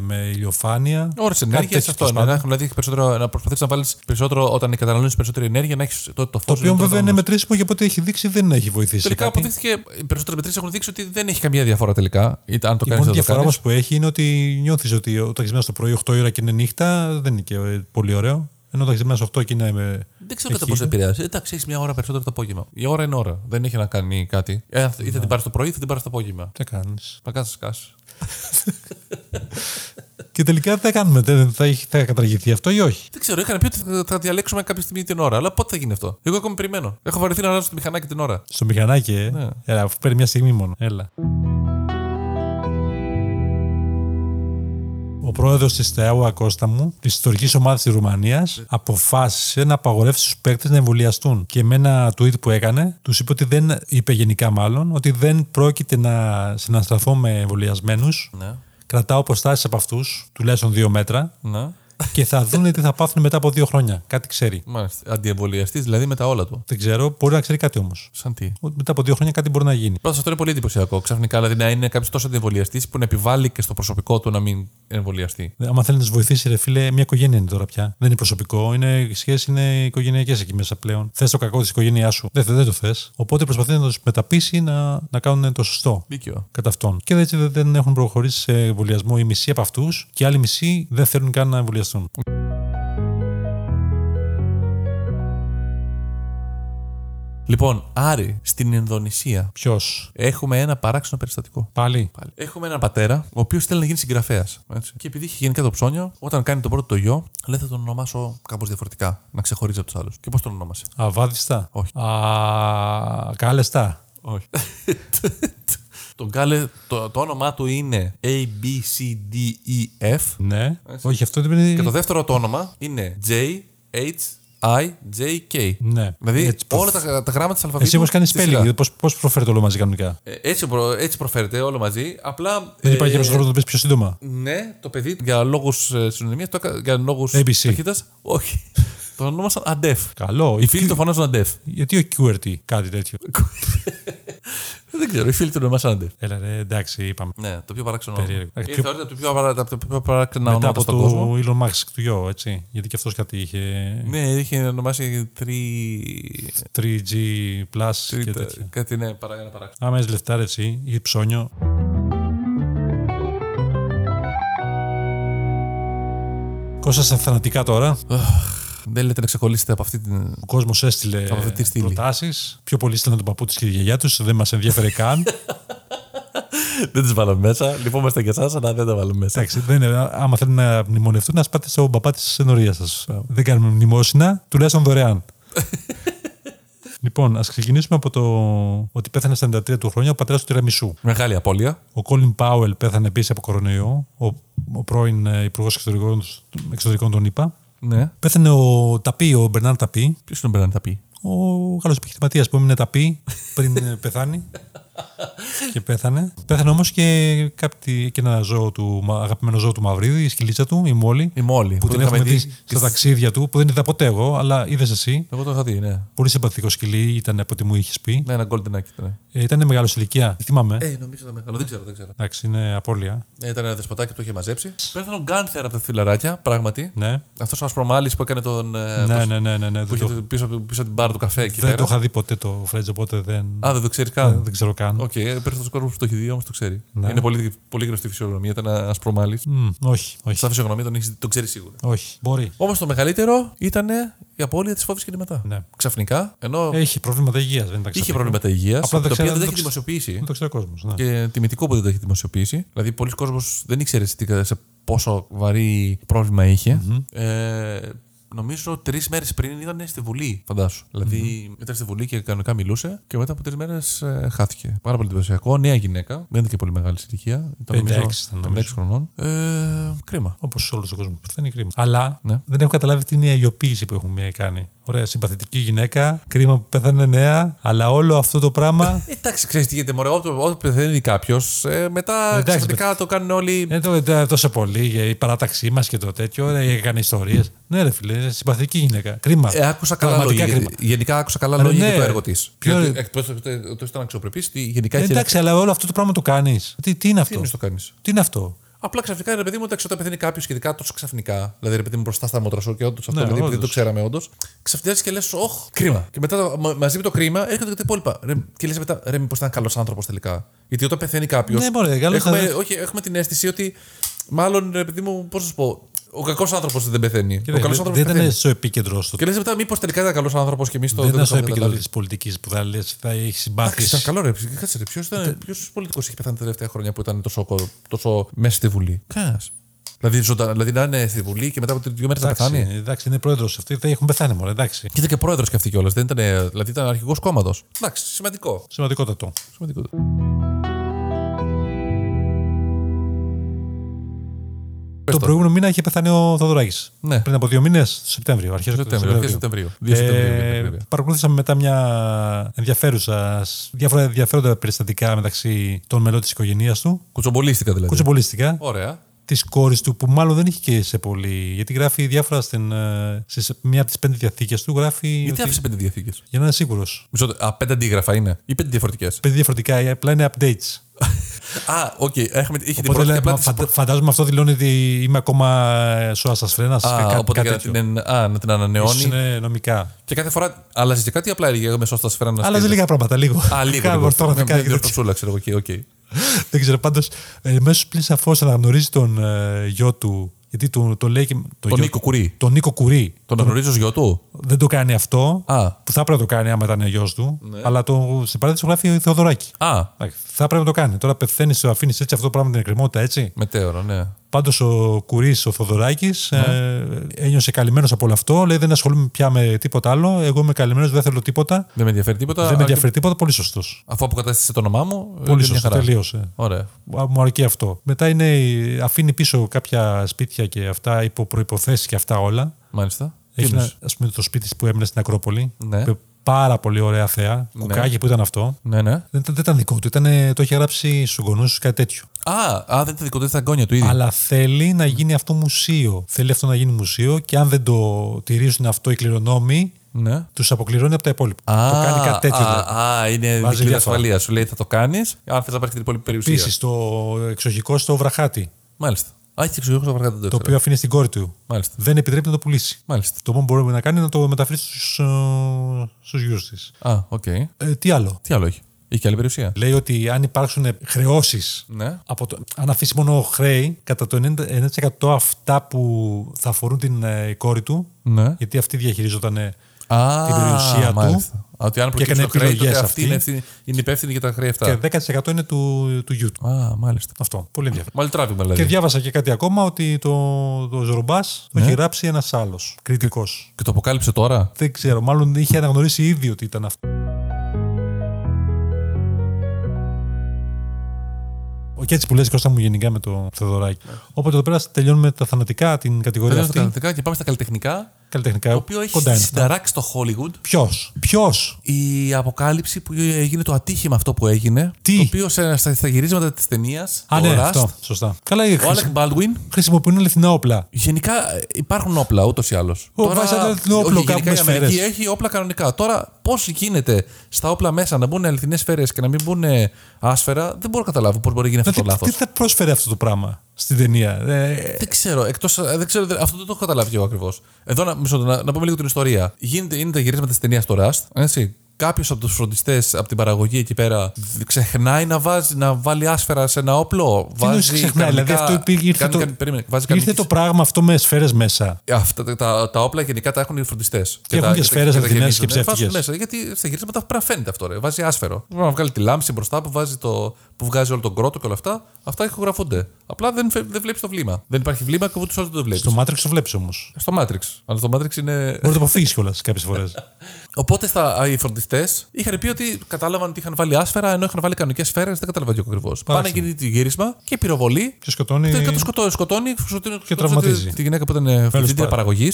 S2: με ηλιοφάνεια.
S1: Ωρε ενέργειας,
S2: τέτοιο
S1: αυτό.
S2: τέλος
S1: Ναι, να, έχουν- δηλαδή, έχεις περισσότερο, να προσπαθείς να βάλεις περισσότερο όταν καταναλώνεις περισσότερη ενέργεια, να έχεις το, το φως.
S2: Το οποίο βέβαια είναι μετρήσιμο και από ό,τι έχει δείξει δεν έχει βοηθήσει. σε
S1: Τελικά
S2: κάτι.
S1: αποδείχθηκε, οι περισσότερες μετρήσεις έχουν δείξει ότι δεν έχει καμία διαφορά τελικά. Είτε Αν το
S2: Η
S1: κάνεις,
S2: μόνη
S1: δεν το
S2: διαφορά
S1: κάνεις.
S2: όμως που έχει είναι ότι νιώθεις ότι όταν ξυπνάς το πρωί 8 ώρα και είναι νύχτα δεν είναι και ε, πολύ ωραίο. Ενώ όταν ξυπνά 8 και είναι. ε,
S1: Δεν ξέρω κατά
S2: εκεί.
S1: πόσο επηρεάζει. Εντάξει, έχεις μια ώρα περισσότερο το απόγευμα. Η ώρα είναι ώρα. Δεν έχει να κάνει κάτι. Ε, είτε την πάρεις το πρωί, είτε την πάρεις το απόγευμα.
S2: Τι κάνεις.
S1: Να κάτσει να σκάσει.
S2: Και τελικά τι θα κάνουμε. δεν- Θα, έχει- θα καταργηθεί αυτό ή όχι.
S1: Δεν ξέρω, είχαν πει ότι θα- θα διαλέξουμε κάποια στιγμή την ώρα. Αλλά πότε θα γίνει αυτό. Εγώ ακόμη περιμένω. Έχω βαρεθεί να αλλάζω το μηχανάκι την ώρα.
S2: Στο μηχανάκι, ε. Έλα, αφού παίρνει μια στιγμή μόνο. Έλα. Ο πρόεδρος της ΤΕΑΟ Ακώστα μου, της ιστορικής ομάδας της Ρουμανίας, αποφάσισε να απαγορεύσει του παίκτες να εμβολιαστούν. Και με ένα tweet που έκανε, τους είπε ότι δεν, είπε γενικά μάλλον, ότι δεν πρόκειται να συνασταθώ με εμβολιασμένους.
S1: Ναι.
S2: Κρατάω αποστάσεις από αυτούς, τουλάχιστον δύο μέτρα,
S1: Ναι.
S2: και θα δουν τι θα πάθουν μετά από δύο χρόνια. Κάτι ξέρει.
S1: Μάλιστα. Αντιεμβολιαστής δηλαδή με τα όλα του.
S2: Δεν ξέρω, μπορεί να ξέρει κάτι όμως.
S1: Σαν τι.
S2: Μετά από δύο χρόνια κάτι μπορεί να γίνει.
S1: Πάντω αυτό είναι πολύ εντυπωσιακό. Ξαφνικά δηλαδή να είναι κάποιος τόσο αντιεμβολιαστής που να επιβάλλει και στο προσωπικό του να μην εμβολιαστεί.
S2: Ε, Άμα θέλει να τους βοηθήσει, ρε φίλε, μια οικογένεια είναι τώρα πια. Δεν είναι προσωπικό, είναι, οι σχέσεις είναι οικογενειακές εκεί μέσα πλέον. Θες το κακό της οικογένειάς σου. Δεν, θε- δεν το θες. Οπότε προσπαθεί να τους μεταπίσει να, να κάνουν το σωστό
S1: Δίκιο.
S2: κατά αυτόν. Και έτσι δεν- δεν έχουν προχωρήσει σε εμβολιασμό οι μισοί από αυτούς και άλλοι μισοί δεν θέλουν καν να εμβολιαστούν.
S1: Λοιπόν, Άρη, στην Ινδονησία
S2: Ποιος.
S1: έχουμε ένα παράξενο περιστατικό.
S2: Πάλι.
S1: Πάλι. Έχουμε έναν πατέρα, ο οποίος θέλει να γίνει συγγραφέας. Και επειδή είχε γενικά το ψώνιο, όταν κάνει τον πρώτο του γιο, λέει θα τον ονομάσω κάπως διαφορετικά, να ξεχωρίζει από τους άλλους. Και πώς τον ονόμασε.
S2: Αβάδιστα.
S1: Όχι.
S2: Α, κάλεστα.
S1: Όχι. τον κάλε, το, το όνομά του είναι A, B, C, D, E, F.
S2: Ναι. Όχι, αυτό δεν είναι.
S1: Και το δεύτερο το όνομα είναι J, H, I, J, K.
S2: Ναι.
S1: Δηλαδή
S2: Έτσι,
S1: όλα τα, τα γράμματα της αλφαβήτου.
S2: Εσύ όμως κάνεις
S1: στη σειρά.
S2: spelling. Πώ προφέρει το όλο μαζί κανονικά.
S1: Ε, Έτσι, προ- έτσι προφέρεται όλο μαζί. Απλά.
S2: Δεν
S1: ε,
S2: υπάρχει κάποιο τρόπο να το πεις πιο σύντομα.
S1: Ναι, το παιδί για λόγους συνωνυμίας, το έκα- για λόγους
S2: ABC.
S1: Όχι. το ονόμασαν Αντεφ.
S2: Καλό.
S1: Οι φίλοι το φωνάζουν Αντεφ.
S2: Γιατί ο QRT, κάτι τέτοιο.
S1: Δεν ξέρω, οι φίλοι το ονόμασαν Αντεφ.
S2: Έλα ρε, εντάξει, είπαμε.
S1: Ναι, το πιο παράξενο.
S2: Περίεργο.
S1: Είναι
S2: Πιο-
S1: θεωρείται από τα πιο παρά- από τα πιο παράξενα
S2: Μετά
S1: ονόματα
S2: από
S1: στον
S2: το
S1: κόσμο.
S2: Elon Musk του γιο, έτσι. Γιατί και αυτός κάτι είχε.
S1: Ναι, είχε ονομάσει τρι...
S2: 3G Plus και τέτοια.
S1: Κάτι ναι, παρά ένα παράξενο.
S2: Άμα έχεις λεφτά, ρε, εσύ, ή ψώνιο. Κώστα στα θανατικά τώρα.
S1: Δεν λέτε να ξεκολλήσετε από αυτή την.
S2: Ο κόσμος έστειλε
S1: αυτή τη στήλη.
S2: προτάσεις. Πιο πολλοί στείλαν τον παππού της και τη γιαγιά τους. Δεν μας ενδιαφέρε καν.
S1: δεν τις βάλαμε μέσα. Λυπόμαστε και εσάς, αλλά δεν τα βάλαμε μέσα.
S2: Εντάξει, δεν είναι. Άμα θέλουν να μνημονευτούν, να πάτε στον παπά της ενορίας σας. Δεν κάνουμε μνημόσυνα, τουλάχιστον δωρεάν. λοιπόν, ας ξεκινήσουμε από το ότι πέθανε στα 93 του χρόνια ο πατέρας του Τυραμισού.
S1: Μεγάλη απώλεια.
S2: Ο Κόλιν Πάουελ πέθανε επίσης από κορονοϊό, ο, ο πρώην υπουργός εξωτερικών, εξωτερικών των ΗΠΑ.
S1: Ναι.
S2: Πέθανε ο Ταπί, ο Μπερνάρ Ταπί,
S1: Ποιος τον πέραν τα πει.
S2: ο Γάλλος επιχειρηματίας που έμεινε Ταπί πριν ε, πεθάνει. και πέθανε. Πέθανε όμως και, κάτι, και ένα ζώο του, μα- αγαπημένο ζώο του Μαυρίδη, η σκυλίτσα του, η Μόλη.
S1: Η Μόλη.
S2: Που την
S1: είχαμε
S2: έχουμε δει στα ταξίδια του, που δεν είδα ποτέ εγώ, αλλά είδες εσύ.
S1: Εγώ το είχα δει, ναι.
S2: Πολύ συμπαθητικό σκυλί ήταν από ό,τι μου είχες πει.
S1: Ναι, ένα golden ήταν.
S2: Ε, ήταν μεγάλος ηλικία, τι θυμάμαι.
S1: Ε, νομίζω ήταν μεγάλο, δεν ξέρω, δεν ξέρω.
S2: Εντάξει, είναι απώλεια.
S1: Ναι, ήταν ένα δεσποτάκι που το είχε μαζέψει. Πέθανε ο Γκάνθερ από τα θηλαράκια, πράγματι.
S2: Ναι.
S1: Αυτός ο ασπρομάλης που έκανε τον. ε,
S2: Ναι,
S1: αυτός
S2: ναι, ναι, ναι, ναι.
S1: Που
S2: Δεν,
S1: είχε
S2: το,
S1: το- πίσω, πίσω από την μπάρα του καφέ εκεί
S2: δεν
S1: πέρα.
S2: το είχα δει ποτέ το Φρέτζ, οπότε δεν,
S1: Α, δεν το ξέρεις καν.
S2: δεν ξέρω καν.
S1: Οκ, okay, περισσότερο κόσμος που το έχει δει όμως το ξέρει.
S2: Ναι.
S1: Είναι πολύ, πολύ γνωστή φυσιογνωμία, ήταν ένας προμάλης.
S2: Μμ, όχι, όχι,
S1: Σαν φυσιογνωμία τον, έχεις- τον ξέρεις σίγουρα.
S2: όχι. Μπορεί.
S1: Όμως το μεγαλύτερο ήταν η απώλεια της φόβης κινηματά.
S2: Ναι.
S1: Ξαφνικά, ενώ
S2: Έχει προβλήματα υγείας, δεν τα ξέρω.
S1: είχε προβλήματα υγείας, τα
S2: Απλά δεν
S1: οποία
S2: ξέρω
S1: δεν τα έχει
S2: αν το ξε-
S1: δημοσιοποιήσει.
S2: Δεν το ξέρει ο κόσμος. Ναι.
S1: Και τιμητικό που δεν τα έχει δημοσιοποιήσει. Δηλαδή, πολλοί κόσμοι δεν ήξερε τι- σε πόσο βαρύ πρόβλημα είχε. Ε, νομίζω τρεις μέρες πριν ήταν στη Βουλή, φαντάσου. Δηλαδή, ήταν στη Βουλή και κανονικά μιλούσε και μετά από τρεις μέρες χάθηκε. Πάρα πολύ εντυπωσιακό. Νέα γυναίκα. Δεν ήταν και πολύ μεγάλη στην ηλικία. Ήταν
S2: 56 Ε, ήταν, νομίζω.
S1: 56 χρονών. Ε, κρίμα.
S2: Όπως όλο ο κόσμο που πεθαίνει, κρίμα. Αλλά
S1: Ναι.
S2: δεν έχω καταλάβει την αγιοποίηση που έχουμε κάνει. Ωραία, συμπαθητική γυναίκα, κρίμα που πέθανε νέα, αλλά όλο αυτό το πράγμα.
S1: Ε, Εντάξει, ξέρεις τι γίνεται. Μωρέ, όταν όταν πεθαίνει κάποιος, ε, μετά
S2: Εντάξει,
S1: ξαφνικά το κάνουν όλοι.
S2: Ε, το, το- τόσο πολύ για η παράταξή μας και το τέτοιο, ωραία, έκανε ιστορίες. Ναι, ρε φίλε, είναι συμπαθητική γυναίκα. Κρίμα.
S1: Ε, άκουσα καλά
S2: Πραγματικά
S1: λόγια.
S2: κρίμα.
S1: Γενικά άκουσα καλά
S2: Αλλά
S1: λόγια
S2: ναι,
S1: για το έργο της.
S2: ποιο-
S1: Εκτό ότι ήταν αξιοπρεπής, γενικά
S2: Ε,
S1: έχει.
S2: εντάξει, αλλά όλο αυτό το πράγμα το κάνεις. Τι, τι είναι
S1: Τι
S2: αυτό.
S1: είναι το κάνεις.
S2: Τι είναι αυτό.
S1: Απλά ξαφνικά ρε παιδί μου, εντάξει, όταν πεθαίνει κάποιος και ειδικά τόσο ξαφνικά. Δηλαδή, ρε παιδί μου, μπροστά στα μότρα σου και όντως αυτό,
S2: Ναι,
S1: δηλαδή, επειδή δεν
S2: όντως.
S1: το ξέραμε όντως. Ξαφνιάζει και λες, Ωχ, κρίμα. Και μετά το- μα- μαζί με το κρίμα έρχονται και τα υπόλοιπα. Ρε, και λες μετά, ρε, μήπως ήταν καλός άνθρωπος τελικά. Γιατί όταν πεθαίνει κάποιος.
S2: Ναι, μωρέ, καλός
S1: έχουμε,
S2: άνθρωπος.
S1: όχι, έχουμε την αίσθηση ότι μάλλον, ρε παιδί μου, πώς να σου πω. Ο κακός άνθρωπος δεν πεθαίνει. ο
S2: Δεν-
S1: καλό
S2: Ε, δεν
S1: άνθρωπος πεθαίνει.
S2: ήταν στο επίκεντρο στο
S1: Και λε μετά, μήπως τελικά ήταν καλός άνθρωπος και εμείς το.
S2: Δεν ήταν στο
S1: είχαμε
S2: επίκεντρο
S1: καταλάβει.
S2: της πολιτικής που θα λες, θα έχει
S1: Εντάξει, ήταν
S2: συμπάθειε.
S1: καλό ρε. Κάτσε ρε. Ποιος ποιος πολιτικός έχει πεθάνει τα τελευταία χρόνια που ήταν τόσο, κο- τόσο μέσα στη Βουλή. Κανένας. Δηλαδή, ζωντανά- δηλαδή να είναι στη Βουλή και μετά από δύο μέρες να πεθάνει.
S2: εντάξει, είναι πρόεδρος αυτοί, θα έχουν πεθάνει μόνο. Εντάξει.
S1: Και ήταν και πρόεδρος και αυτή κιόλας. Δεν ήταν, ε, δηλαδή ήταν αρχηγός κόμματος. Εντάξει, σημαντικό.
S2: Σημαντικότατο.
S1: σημαντικό.
S2: Τον προηγούμενο μήνα είχε πεθάνει ο Θοδωράκη.
S1: Ναι.
S2: Πριν από δύο μήνες, το Σεπτέμβριο. Αρχές
S1: Σεπτέμβριο, αρχές Σεπτεμβρίου. Δύο Σεπτεμβρίου ήταν βέβαια.
S2: παρακολουθήσαμε Ε, μετά μια ενδιαφέρουσα, σ- διάφορα ενδιαφέροντα περιστατικά μεταξύ των μελών της οικογένειας του.
S1: Κουτσομπολίστηκα δηλαδή.
S2: Κουτσοπολίστηκα.
S1: Ωραία.
S2: Της κόρης του, που μάλλον δεν είχε και σε πολύ. Γιατί γράφει διάφορα στην. ε, σε- σε μία από τις πέντε διαθήκες του γράφει.
S1: Γιατί
S2: ότι-
S1: άφησε πέντε διαθήκες.
S2: Για να είναι σίγουρος.
S1: Α, πέντε αντίγραφα είναι. Ή πέντε διαφορετικές.
S2: Πέντε διαφορετικά, ε, απλά είναι updates.
S1: Α, οκ. Έχουμε- Είχε την
S2: Οπότε
S1: πρώτη και
S2: λέει,
S1: απλά
S2: μα
S1: τις
S2: φαντα- φαντάζομαι αυτό δηλώνει ότι είμαι ακόμα σώας σας φρένας.
S1: Α, οπότε και να την, εν- α, να την ανανεώνει.
S2: είναι Ναι, νομικά.
S1: Και κάθε φορά άλλαζε και κάτι, απλά έλεγε εγώ με σώστα σφαίρα να
S2: Αλλά
S1: σκίζει».
S2: λίγα πράγματα, λίγο.
S1: Α, λίγο. Ναι,
S2: Κάπου
S1: λίγο.
S2: ορθογραφικά
S1: Μια- μια
S2: και τέτοια.
S1: διορθωσούλα, ξέρω εγώ. οκ, οκ.
S2: Δεν ξέρω, πάντως μέσω πλήν σαφώς αναγνωρίζει τον ε, γιο του. Γιατί του- το λέει και. το
S1: Τον
S2: γιο-
S1: Νίκο Κουρί.
S2: Τον Νίκο Κουρί.
S1: Τον γνωρίζω ως γιο του.
S2: Δεν το κάνει αυτό.
S1: Α. Ναι.
S2: Που θα πρέπει να το κάνει άμα ήταν γιος του. Αλλά το, στην παράδειγμα το γράφει ο Θεοδωράκη.
S1: Α,
S2: Εντάξει, Θα πρέπει να το κάνει. Τώρα πεθαίνεις, το αφήνεις έτσι αυτό το πράγμα την εκκρεμότητα, έτσι.
S1: μετέωρο, ναι.
S2: Πάντως ο Κουρής, ο Θοδωράκη, ε, ένιωσε καλυμμένος από όλο αυτό. Λέει: Δεν ασχολούμαι πια με τίποτα άλλο. Εγώ είμαι καλυμμένος, δεν θέλω τίποτα.
S1: Δεν με ενδιαφέρει τίποτα.
S2: δεν με
S1: αλλά
S2: ενδιαφέρει τίποτα. Πολύ σωστός.
S1: και- Αφού αποκατέστησε το όνομά μου. ε, είναι
S2: Πολύ
S1: μια
S2: σωστό.
S1: χαρά.
S2: Τελείωσε.
S1: Ωραία.
S2: Α, Μου αρκεί αυτό. Μετά είναι, η- αφήνει πίσω κάποια σπίτια και αυτά υπό προποθέσει και αυτά όλα.
S1: Μάλιστα.
S2: Έχει
S1: Ποιους?
S2: ένα, ας πούμε, το σπίτι της που έμεινε στην Ακρόπολη.
S1: Ναι.
S2: που είναι Πάρα πολύ ωραία θέα. Κουκάκι που ήταν αυτό.
S1: Ναι, ναι.
S2: Δεν, ήταν- δεν ήταν δικό του. Ήταν, το είχε γράψει στους γονεί κάτι τέτοιο.
S1: Α, α, δεν ήταν δικό του, ήταν γκόνια του ήδη.
S2: Αλλά θέλει να γίνει αυτό μουσείο. Θέλει αυτό να γίνει μουσείο και αν δεν το τηρήσουν αυτό οι κληρονόμοι,
S1: Ναι.
S2: τους αποκληρώνει από τα υπόλοιπα. το κάνει κάτι τέτοιο. δηλαδή.
S1: Α, α, είναι
S2: Βάζει
S1: δικλείδα
S2: διαφορά.
S1: ασφαλείας. Σου λέει θα το κάνεις, αν θες να πάρεις και την υπόλοιπη περιουσία.
S2: Επίσης, το εξοχικό στο βραχάτι,
S1: Μάλιστα. Α, έχει εξωγήινο στο βαργάτι, δεν
S2: το
S1: το
S2: οποίο
S1: ήξερα.
S2: αφήνει στην κόρη του,
S1: Μάλιστα.
S2: δεν επιτρέπει να το πουλήσει.
S1: Μάλιστα.
S2: Το μόνο που μπορεί να κάνει είναι να το μεταφέρει ε, στους γιους της.
S1: Α, οκ.
S2: Ε, τι άλλο.
S1: Τι άλλο έχει. Έχει και άλλη περιουσία.
S2: Λέει ότι αν υπάρξουν χρεώσεις
S1: Ναι.
S2: από το, αν αφήσει μόνο χρέη, κατά το 99% αυτά που θα αφορούν την ε, κόρη του,
S1: Ναι.
S2: γιατί αυτή διαχειριζόταν ε,
S1: Α,
S2: την περιουσία του
S1: μάλιστα. Α, Ότι αν
S2: και
S1: προκύψει
S2: έκανε
S1: το χρέη, τότε
S2: επιλογές
S1: αυτή
S2: αυτή.
S1: είναι, ευθύνη- είναι υπεύθυνη για τα χρέη αυτά.
S2: και 10% είναι του, του γιού του.
S1: Α, μάλιστα.
S2: Αυτό. Πολύ ενδιαφέρον.
S1: Μάλλον τράβηγμα
S2: Και
S1: δηλαδή. Και,
S2: διάβασα και κάτι ακόμα ότι το, το Ζορμπάς
S1: Ναι.
S2: το έχει γράψει ένας άλλος κριτικός.
S1: το αποκάλυψε τώρα.
S2: Δεν ξέρω, μάλλον είχε αναγνωρίσει ήδη ότι ήταν αυτό. Και έτσι που λες Κώστα μου γενικά με το
S1: Ναι.
S2: Θεοδωράκι. Οπότε εδώ πέρα τελειώνουμε τα θανατικά, την
S1: Τελειώνουμε
S2: κατηγορία
S1: τα
S2: αυτή.
S1: καλλιτεχνικά και πάμε στα καλλιτεχνικά.
S2: Καλλιτεχνικά.
S1: Το οποίο έχει
S2: κοντά είναι αυτά.
S1: συνταράξει το Hollywood.
S2: Ποιος, ποιος.
S1: Η αποκάλυψη που έγινε το ατύχημα αυτό που έγινε.
S2: Τι?
S1: Το οποίο σε- στα, στα γυρίσματα της ταινίας.
S2: Α, ναι, αυτό. Σωστά. Καλά, οι
S1: Ο Alec
S2: χρησι-
S1: Baldwin.
S2: χρησιμοποιούν αληθινά όπλα.
S1: Γενικά ε, υπάρχουν όπλα ούτως ή άλλως.
S2: βάζει ένα αληθινό όπλο κάπου με
S1: η Αμερική
S2: σφαίρες.
S1: έχει όπλα κανονικά. Τώρα, πώς γίνεται στα όπλα μέσα να μπουν αληθινές σφαίρες και να μην μπουν ε, άσφαιρα, δεν μπορώ να καταλάβω πώς μπορεί να γίνει αυτό
S2: Τι,
S1: το λάθος.
S2: τι θα πρόσφερε αυτό το πράγμα στην ταινία. Ε,
S1: Δεν ξέρω, εκτός, ε, δεν ξέρω, δεν- αυτό δεν το έχω καταλάβει εγώ ακριβώς. Εδώ να, μισό, να, να πούμε λίγο την ιστορία. Γίνεται, είναι τα γυρίσματα της ταινίας στο Rust. Έτσι. Κάποιος από τους φροντιστές από την παραγωγή εκεί πέρα δ- ξεχνάει να, βάζει, να βάλει άσφαιρα σε ένα όπλο.
S2: τι νοείς
S1: βάζει
S2: ξεχνάει, δηλαδή
S1: κανονικά-
S2: αυτό υπήρχε- ήρθε,
S1: κάνει-
S2: το,
S1: κάνει- περίμενε, βάζει
S2: ήρθε
S1: κανονική
S2: το πράγμα αυτό με σφαίρες μέσα.
S1: Ε, Αυτά, τα, τα, τα όπλα γενικά τα έχουν οι φροντιστές. Και,
S2: έχουν
S1: τα-
S2: και σφαίρες
S1: τα
S2: αληθινές
S1: γεμίζουν.
S2: και
S1: Ε, βάζουν
S2: ψεύτικες.
S1: Μέσα, γιατί στα γυρίσματα πρέπει να φαίνεται αυτό. Ρε. Βάζει άσφαιρο. Πρέπει να βγάλει τη λάμψη μπροστά που, βάζει το, που βγάζει όλο τον κρότο και όλα αυτά. Αυτά ηχογραφούνται. Απλά δεν, φε- δεν βλέπεις το βλήμα. Δεν υπάρχει βλήμα και ούτε δεν το βλέπεις.
S2: Στο Matrix το βλέπεις όμως.
S1: Στο Matrix. Αλλά στο Matrix είναι.
S2: Μπορεί να το αποφύγεις κιόλας κάποιες φορές.
S1: Οπότε στα, α, οι φροντιστές είχαν πει ότι κατάλαβαν ότι είχαν βάλει άσφαιρα ενώ είχαν βάλει κανονικές σφαίρες. Δεν κατάλαβα και ακριβώ. Πάνε να γίνει το γύρισμα και πυροβολή.
S2: Και σκοτώνει.
S1: Τελικά το σκοτώ- σκοτώνει, σκοτώνει και
S2: Ε, τραυματίζει.
S1: Τη γυναίκα που ήταν ε, διευθύντρια
S2: πάρε.
S1: παραγωγή.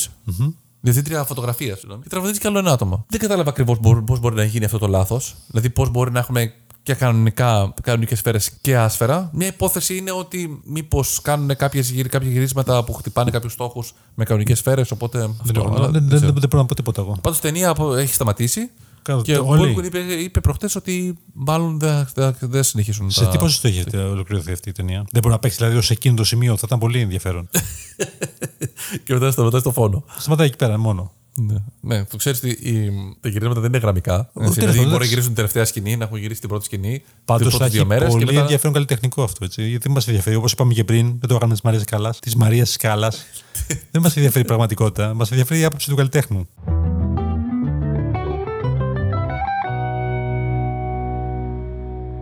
S1: Διευθύντρια φωτογραφίας, συγγνώμη. Και τραυματίζει κι άλλο ένα άτομο. Δεν κατάλαβα ακριβώς πώς μπορεί να γίνει αυτό το λάθος. Δηλαδή, πώς μπορεί να έχουμε και κανονικά, κανονικές σφαίρες και άσφαιρα. Μια υπόθεση είναι ότι μήπως κάνουν κάποιες, γύρι- κάποια γυρίσματα που χτυπάνε κάποιους στόχους με κανονικές σφαίρες, οπότε.
S2: Δεν,
S1: αυτό,
S2: έχω-
S1: αλλά
S2: δεν, δεν,
S1: ξέρω.
S2: δεν- δεν μπορώ να πω τίποτα εγώ.
S1: Πάντως η ταινία απο- έχει σταματήσει.
S2: Κάτω-
S1: και ο
S2: όλοι.
S1: Μπόλκουιν είπε, είπε προχτές ότι μάλλον δεν δεν- δεν συνεχίσουν.
S2: Σε τι πόσο το έχει ολοκληρωθεί αυτή η ταινία. Δεν μπορεί να παίξει δηλαδή ως εκείνο το σημείο. Θα ήταν πολύ ενδιαφέρον.
S1: Και μετά σταματά το φόνο.
S2: Σταματάει εκεί πέρα μόνο.
S1: Ναι, ναι το ξέρεις ότι οι, τα γυρίσματα δεν είναι γραμμικά. Έτσι, δηλαδή,
S2: εντάξει.
S1: μπορεί να γυρίσουν την τελευταία σκηνή, να έχουν γυρίσει την πρώτη σκηνή.
S2: Πάντως
S1: τις
S2: θα
S1: πρώτες
S2: έχει
S1: μέρες
S2: πολύ
S1: μετά-
S2: ενδιαφέρον καλλιτεχνικό αυτό. Έτσι, γιατί δεν μας ενδιαφέρει. Όπως είπαμε και πριν, δεν το έκανε της Μαρίας Σκάλας. Της Μαρίας Σκάλας. δεν μας ενδιαφέρει η πραγματικότητα. Μας ενδιαφέρει η άποψη του καλλιτέχνου.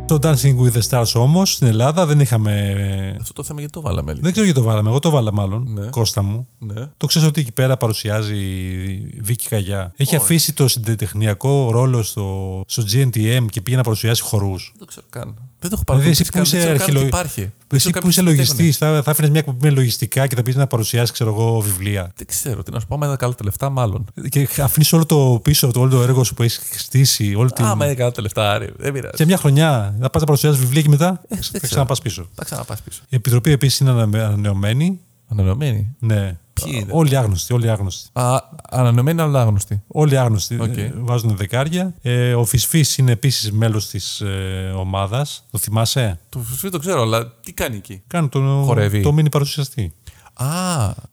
S2: Το Dancing with the Stars όμως στην Ελλάδα δεν είχαμε.
S1: Αυτό το θέμα γιατί το βάλαμε. λίγο.
S2: Δεν ξέρω γιατί το βάλαμε. Εγώ το βάλα μάλλον.
S1: Ναι.
S2: Κώστα μου.
S1: Ναι.
S2: Το ξέρω ότι εκεί πέρα παρουσιάζει η Βίκη Καγιά. Έχει αφήσει το συντετεχνιακό ρόλο στο, στο GNTM και πήγε να παρουσιάσει χορούς.
S1: Δεν το ξέρω καν. Δεν το έχω
S2: Δηλαδή,
S1: παρακολουθήσει.
S2: εσύ που
S1: καν, δεν
S2: είσαι
S1: ξέρω καν
S2: αρχιλο-
S1: τι υπάρχει. Δεν
S2: Εσύ
S1: ξέρω καν
S2: που είσαι
S1: τι
S2: λογιστή,
S1: φτιάχνουν.
S2: θα, θα έφερε μια κουμπί με λογιστικά και θα πεις να παρουσιάσεις, ξέρω εγώ, βιβλία.
S1: Δεν ξέρω τι να σου πω. Άμα είναι καλά τα λεφτά, μάλλον.
S2: Και αφήνεις όλο το πίσω, το, όλο το έργο σου που έχεις στήσει, όλη την.
S1: Άμα είναι καλά τα λεφτά, άρε, δεν
S2: Για
S1: πειράζει.
S2: μια χρονιά να πας να παρουσιάζει βιβλία και μετά θα
S1: Ε, ξέρω.
S2: ξαναπά πίσω.
S1: Θα ξαναπάς πίσω.
S2: Η επιτροπή επίσης είναι αναμε- ανανεωμένη.
S1: Ανανεωμένη.
S2: Ναι.
S1: Ποιοι είναι?
S2: Όλοι άγνωστοι, όλοι άγνωστοι.
S1: Α, Ανανεωμένη, αλλά άγνωστη.
S2: Όλοι άγνωστοι
S1: Οκ.
S2: ε, βάζουν δεκάρια. Ε, ο Φυσφής είναι επίσης μέλος της ε, ομάδας. Το θυμάσαι.
S1: Το φυσικό το ξέρω, αλλά τι κάνει εκεί.
S2: Κάνει τον,
S1: Χορεύει.
S2: το μίνι παρουσιαστή.
S1: Α,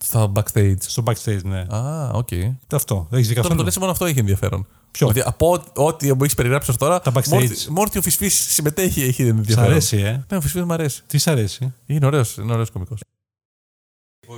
S1: στα backstage.
S2: Στο backstage, ναι.
S1: Α, οκ.
S2: Αυτό. Δεν έχεις δει
S1: Τώρα που
S2: καθόλου.
S1: το λες μόνο αυτό έχει ενδιαφέρον.
S2: Ποιο?
S1: Δηλαδή, από ό,τι- ό,τι μου έχεις περιγράψει ως τώρα.
S2: Τα backstage.
S1: μόνο ότι- Μόνο ότι ο Φυσφής συμμετέχει έχει
S2: Σ'
S1: ενδιαφέρον.
S2: αρέσει, ε.
S1: Ναι, ο Φυσφής μου αρέσει.
S2: Τι σ' αρέσει.
S1: Είναι ωραίος, είναι ωραίος κωμικός.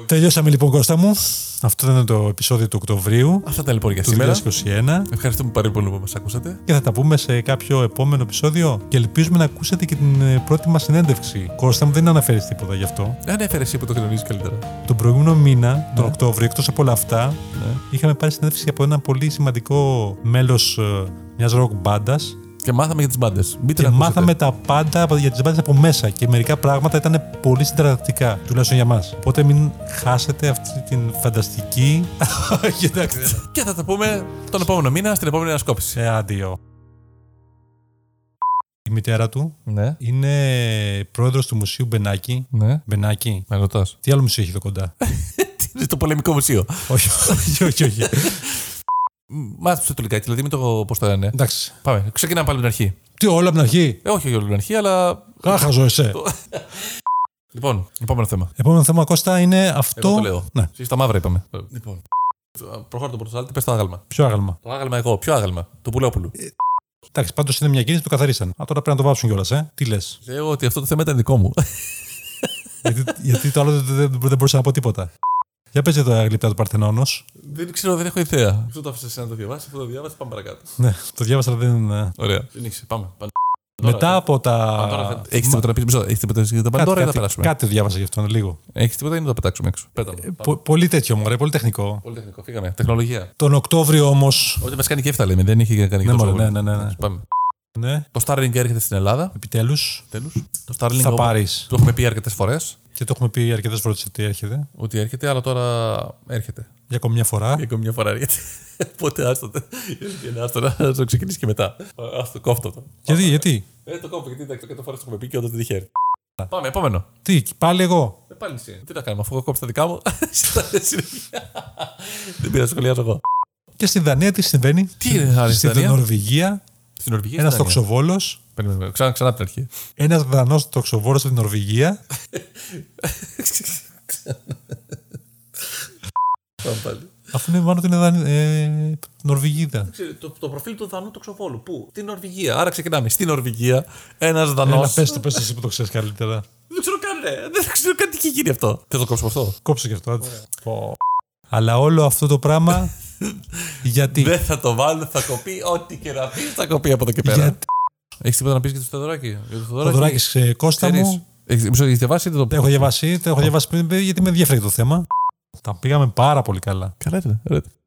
S2: Τελειώσαμε λοιπόν Κώστα μου. Αυτό ήταν το επεισόδιο του Οκτωβρίου
S1: Αυτά τα λοιπόν για
S2: του
S1: σήμερα.
S2: 2021
S1: Ευχαριστούμε πάρα πολύ που μας ακούσατε.
S2: και θα τα πούμε σε κάποιο επόμενο επεισόδιο και ελπίζουμε να ακούσετε και την ε, πρώτη μας συνέντευξη. Κώστα μου δεν αναφέρεις τίποτα γι' αυτό.
S1: Αν έφερε εσύ που το γνωρίζει καλύτερα.
S2: Τον προηγούμενο μήνα, τον Οκτώβριο, εκτός από όλα αυτά, ναι, είχαμε πάρει συνέντευξη από ένα πολύ σημαντικό μέλος ε, μιας rock μπάντας
S1: Και Και μάθαμε για τις μπάντες. Μπείτε
S2: Και
S1: να
S2: μάθαμε τα πάντα από- για τις μπάντες από μέσα. Και μερικά πράγματα ήταν πολύ συνταρακτικά, τουλάχιστον για μας. Οπότε μην χάσετε αυτή την φανταστική. Όχι, εντάξει. δεν-
S1: ακούσετε. Και θα τα πούμε τον επόμενο μήνα στην επόμενη ανασκόπηση.
S2: Ε, άντιο. Η μητέρα του
S1: Ναι.
S2: είναι πρόεδρος του Μουσείου Μπενάκη.
S1: Ναι.
S2: Μπενάκη.
S1: Με ρωτάς.
S2: Τι άλλο μουσείο έχει εδώ κοντά.
S1: Είναι στο πολεμικό μουσείο.
S2: όχι, όχι, όχι, όχι.
S1: Μάθησε το λιγάκι, δηλαδή μην το πώς το λένε.
S2: Εντάξει.
S1: Πάμε. Ξεκινάμε πάλι από την αρχή.
S2: Τι όλα από την αρχή.
S1: Ε, όχι όλη την αρχή, αλλά.
S2: Κάχαζο εσέ.
S1: Λοιπόν, επόμενο θέμα.
S2: Επόμενο θέμα, Κώστα, είναι αυτό.
S1: Εγώ το λέω.
S2: Ναι.
S1: Εσείς τα μαύρα είπαμε. Λοιπόν. Προχώρα το πρωτοσάλτη, πες το άγαλμα.
S2: Ποιο άγαλμα.
S1: Το άγαλμα εγώ, ποιο άγαλμα. Του Πουλόπουλου.
S2: Εντάξει, πάντως είναι μια κίνηση που το καθαρίσαν. Α, τώρα πρέπει να το βάψουν κιόλας, ε. Τι λες.
S1: Λέω ότι αυτό το θέμα ήταν δικό μου.
S2: γιατί, γιατί το άλλο δεν, δεν, δεν μπορούσα να πω τίποτα. Για πες για τα γλυπτά του Παρθενώνος.
S1: δεν ξέρω, δεν έχω ιδέα. Αυτό το άφησες να το διαβάσεις, αυτό το διάβασες, πάμε παρακάτω.
S2: Ναι, το διάβασα, αλλά δεν. ε.
S1: Ωραία. Συνήθισε, πάμε. Παν- ε,
S2: Μετά από
S1: Τώρα
S2: τα.
S1: Έχεις τίποτα να πεις μισό. Έχεις τίποτα να πει τα
S2: Κάτι-
S1: Παντόρα ή θα
S2: κάτι-
S1: περάσουμε.
S2: Κάτι διάβασα γι' αυτό, ναι, λίγο.
S1: Έχεις τίποτα ή να το πετάξουμε έξω. Ε, Πέταμε. Πάμε.
S2: Πο- πολύ τέτοιο, μωρέ, πολύ τεχνικό.
S1: Πολύ τεχνικό. Φύγαμε. Τεχνολογία.
S2: Τον Οκτώβριο όμως.
S1: Ό,τι μας κάνει και έφτα λέμε. Δεν είχε κάνει και
S2: Ναι,
S1: τόσο
S2: μωρέ,
S1: πολύ.
S2: ναι, ναι, ναι, ναι.
S1: Πάμε.
S2: Ναι,
S1: Το Starlink έρχεται στην Ελλάδα.
S2: επιτέλους.
S1: Τέλο. Το Starlink
S2: Θα
S1: όπως
S2: πάρεις.
S1: Το έχουμε πει αρκετές φορές
S2: Και το έχουμε πει αρκετές φορές ότι έρχεται.
S1: ότι έρχεται, αλλά τώρα έρχεται.
S2: Για ακόμη μια φορά.
S1: Για ακόμη μια φορά έρχεται. Οπότε άστο. το. Είναι άστο να το ξεκινήσει και μετά. Άστο, κόφτο το.
S2: γιατί, γιατί.
S1: Ε, το κόβω γιατί εντάξει, εκατό φορές το έχουμε πει και όντως δεν είχε έρθει. Πάμε, επόμενο.
S2: Τι, πάλι εγώ.
S1: Ε, πάλι εσύ. Τι να κάνουμε, αφού έχω κόψει τα δικά μου. στα συνέχεια. Δεν πήρα σχολιάζω εγώ.
S2: Και στη Δανία τι συμβαίνει.
S1: Τι είναι, Άρη, στη
S2: Στην
S1: Δανία?
S2: Νορβηγία,
S1: Στην Νορβηγία. ή
S2: ένα
S1: στην Δανία?
S2: τοξοβόλος.
S1: Περίμενε, περίμενε. Ξανά, ξανά από την αρχή.
S2: Ένας Δανό τοξοβόλος από την Νορβηγία.
S1: Πάμε πάλι.
S2: Αφού είναι μάλλον ότι είναι Δανία- ε, Νορβηγίδα.
S1: Ξέρετε, Το, το προφίλ του Δανού Τοξοβόλου. Πού? Στην Νορβηγία. Άρα ξεκινάμε. Στην Νορβηγία. Ένας Δανός.
S2: Ένα πες το, πες το εσύ που το ξέρεις καλύτερα.
S1: Δεν ξέρω καν, ρε. Δεν ξέρω καν τι έχει γίνει αυτό. Θες το κόψω αυτό.
S2: Κόψε και αυτό. άντε. Πω. Αλλά όλο αυτό το πράγμα γιατί.
S1: Δεν θα το βάλω, θα κοπεί. Ό,τι και να πει, θα κοπεί από εδώ και πέρα.
S2: Γιατί
S1: Έχεις τίποτα να πεις για το Θεοδωράκι. Για το
S2: ο
S1: Θεοδωράκι.
S2: Δωράκης ε, Κώστα μου,
S1: Έχει διαβάσει ή δεν το
S2: το έχω διαβάσει, το έχω διαβάσει πριν, γιατί με ενδιαφέρει το θέμα. Τα πήγαμε πάρα πολύ καλά.
S1: Καλά ήταν. ωραία ήταν.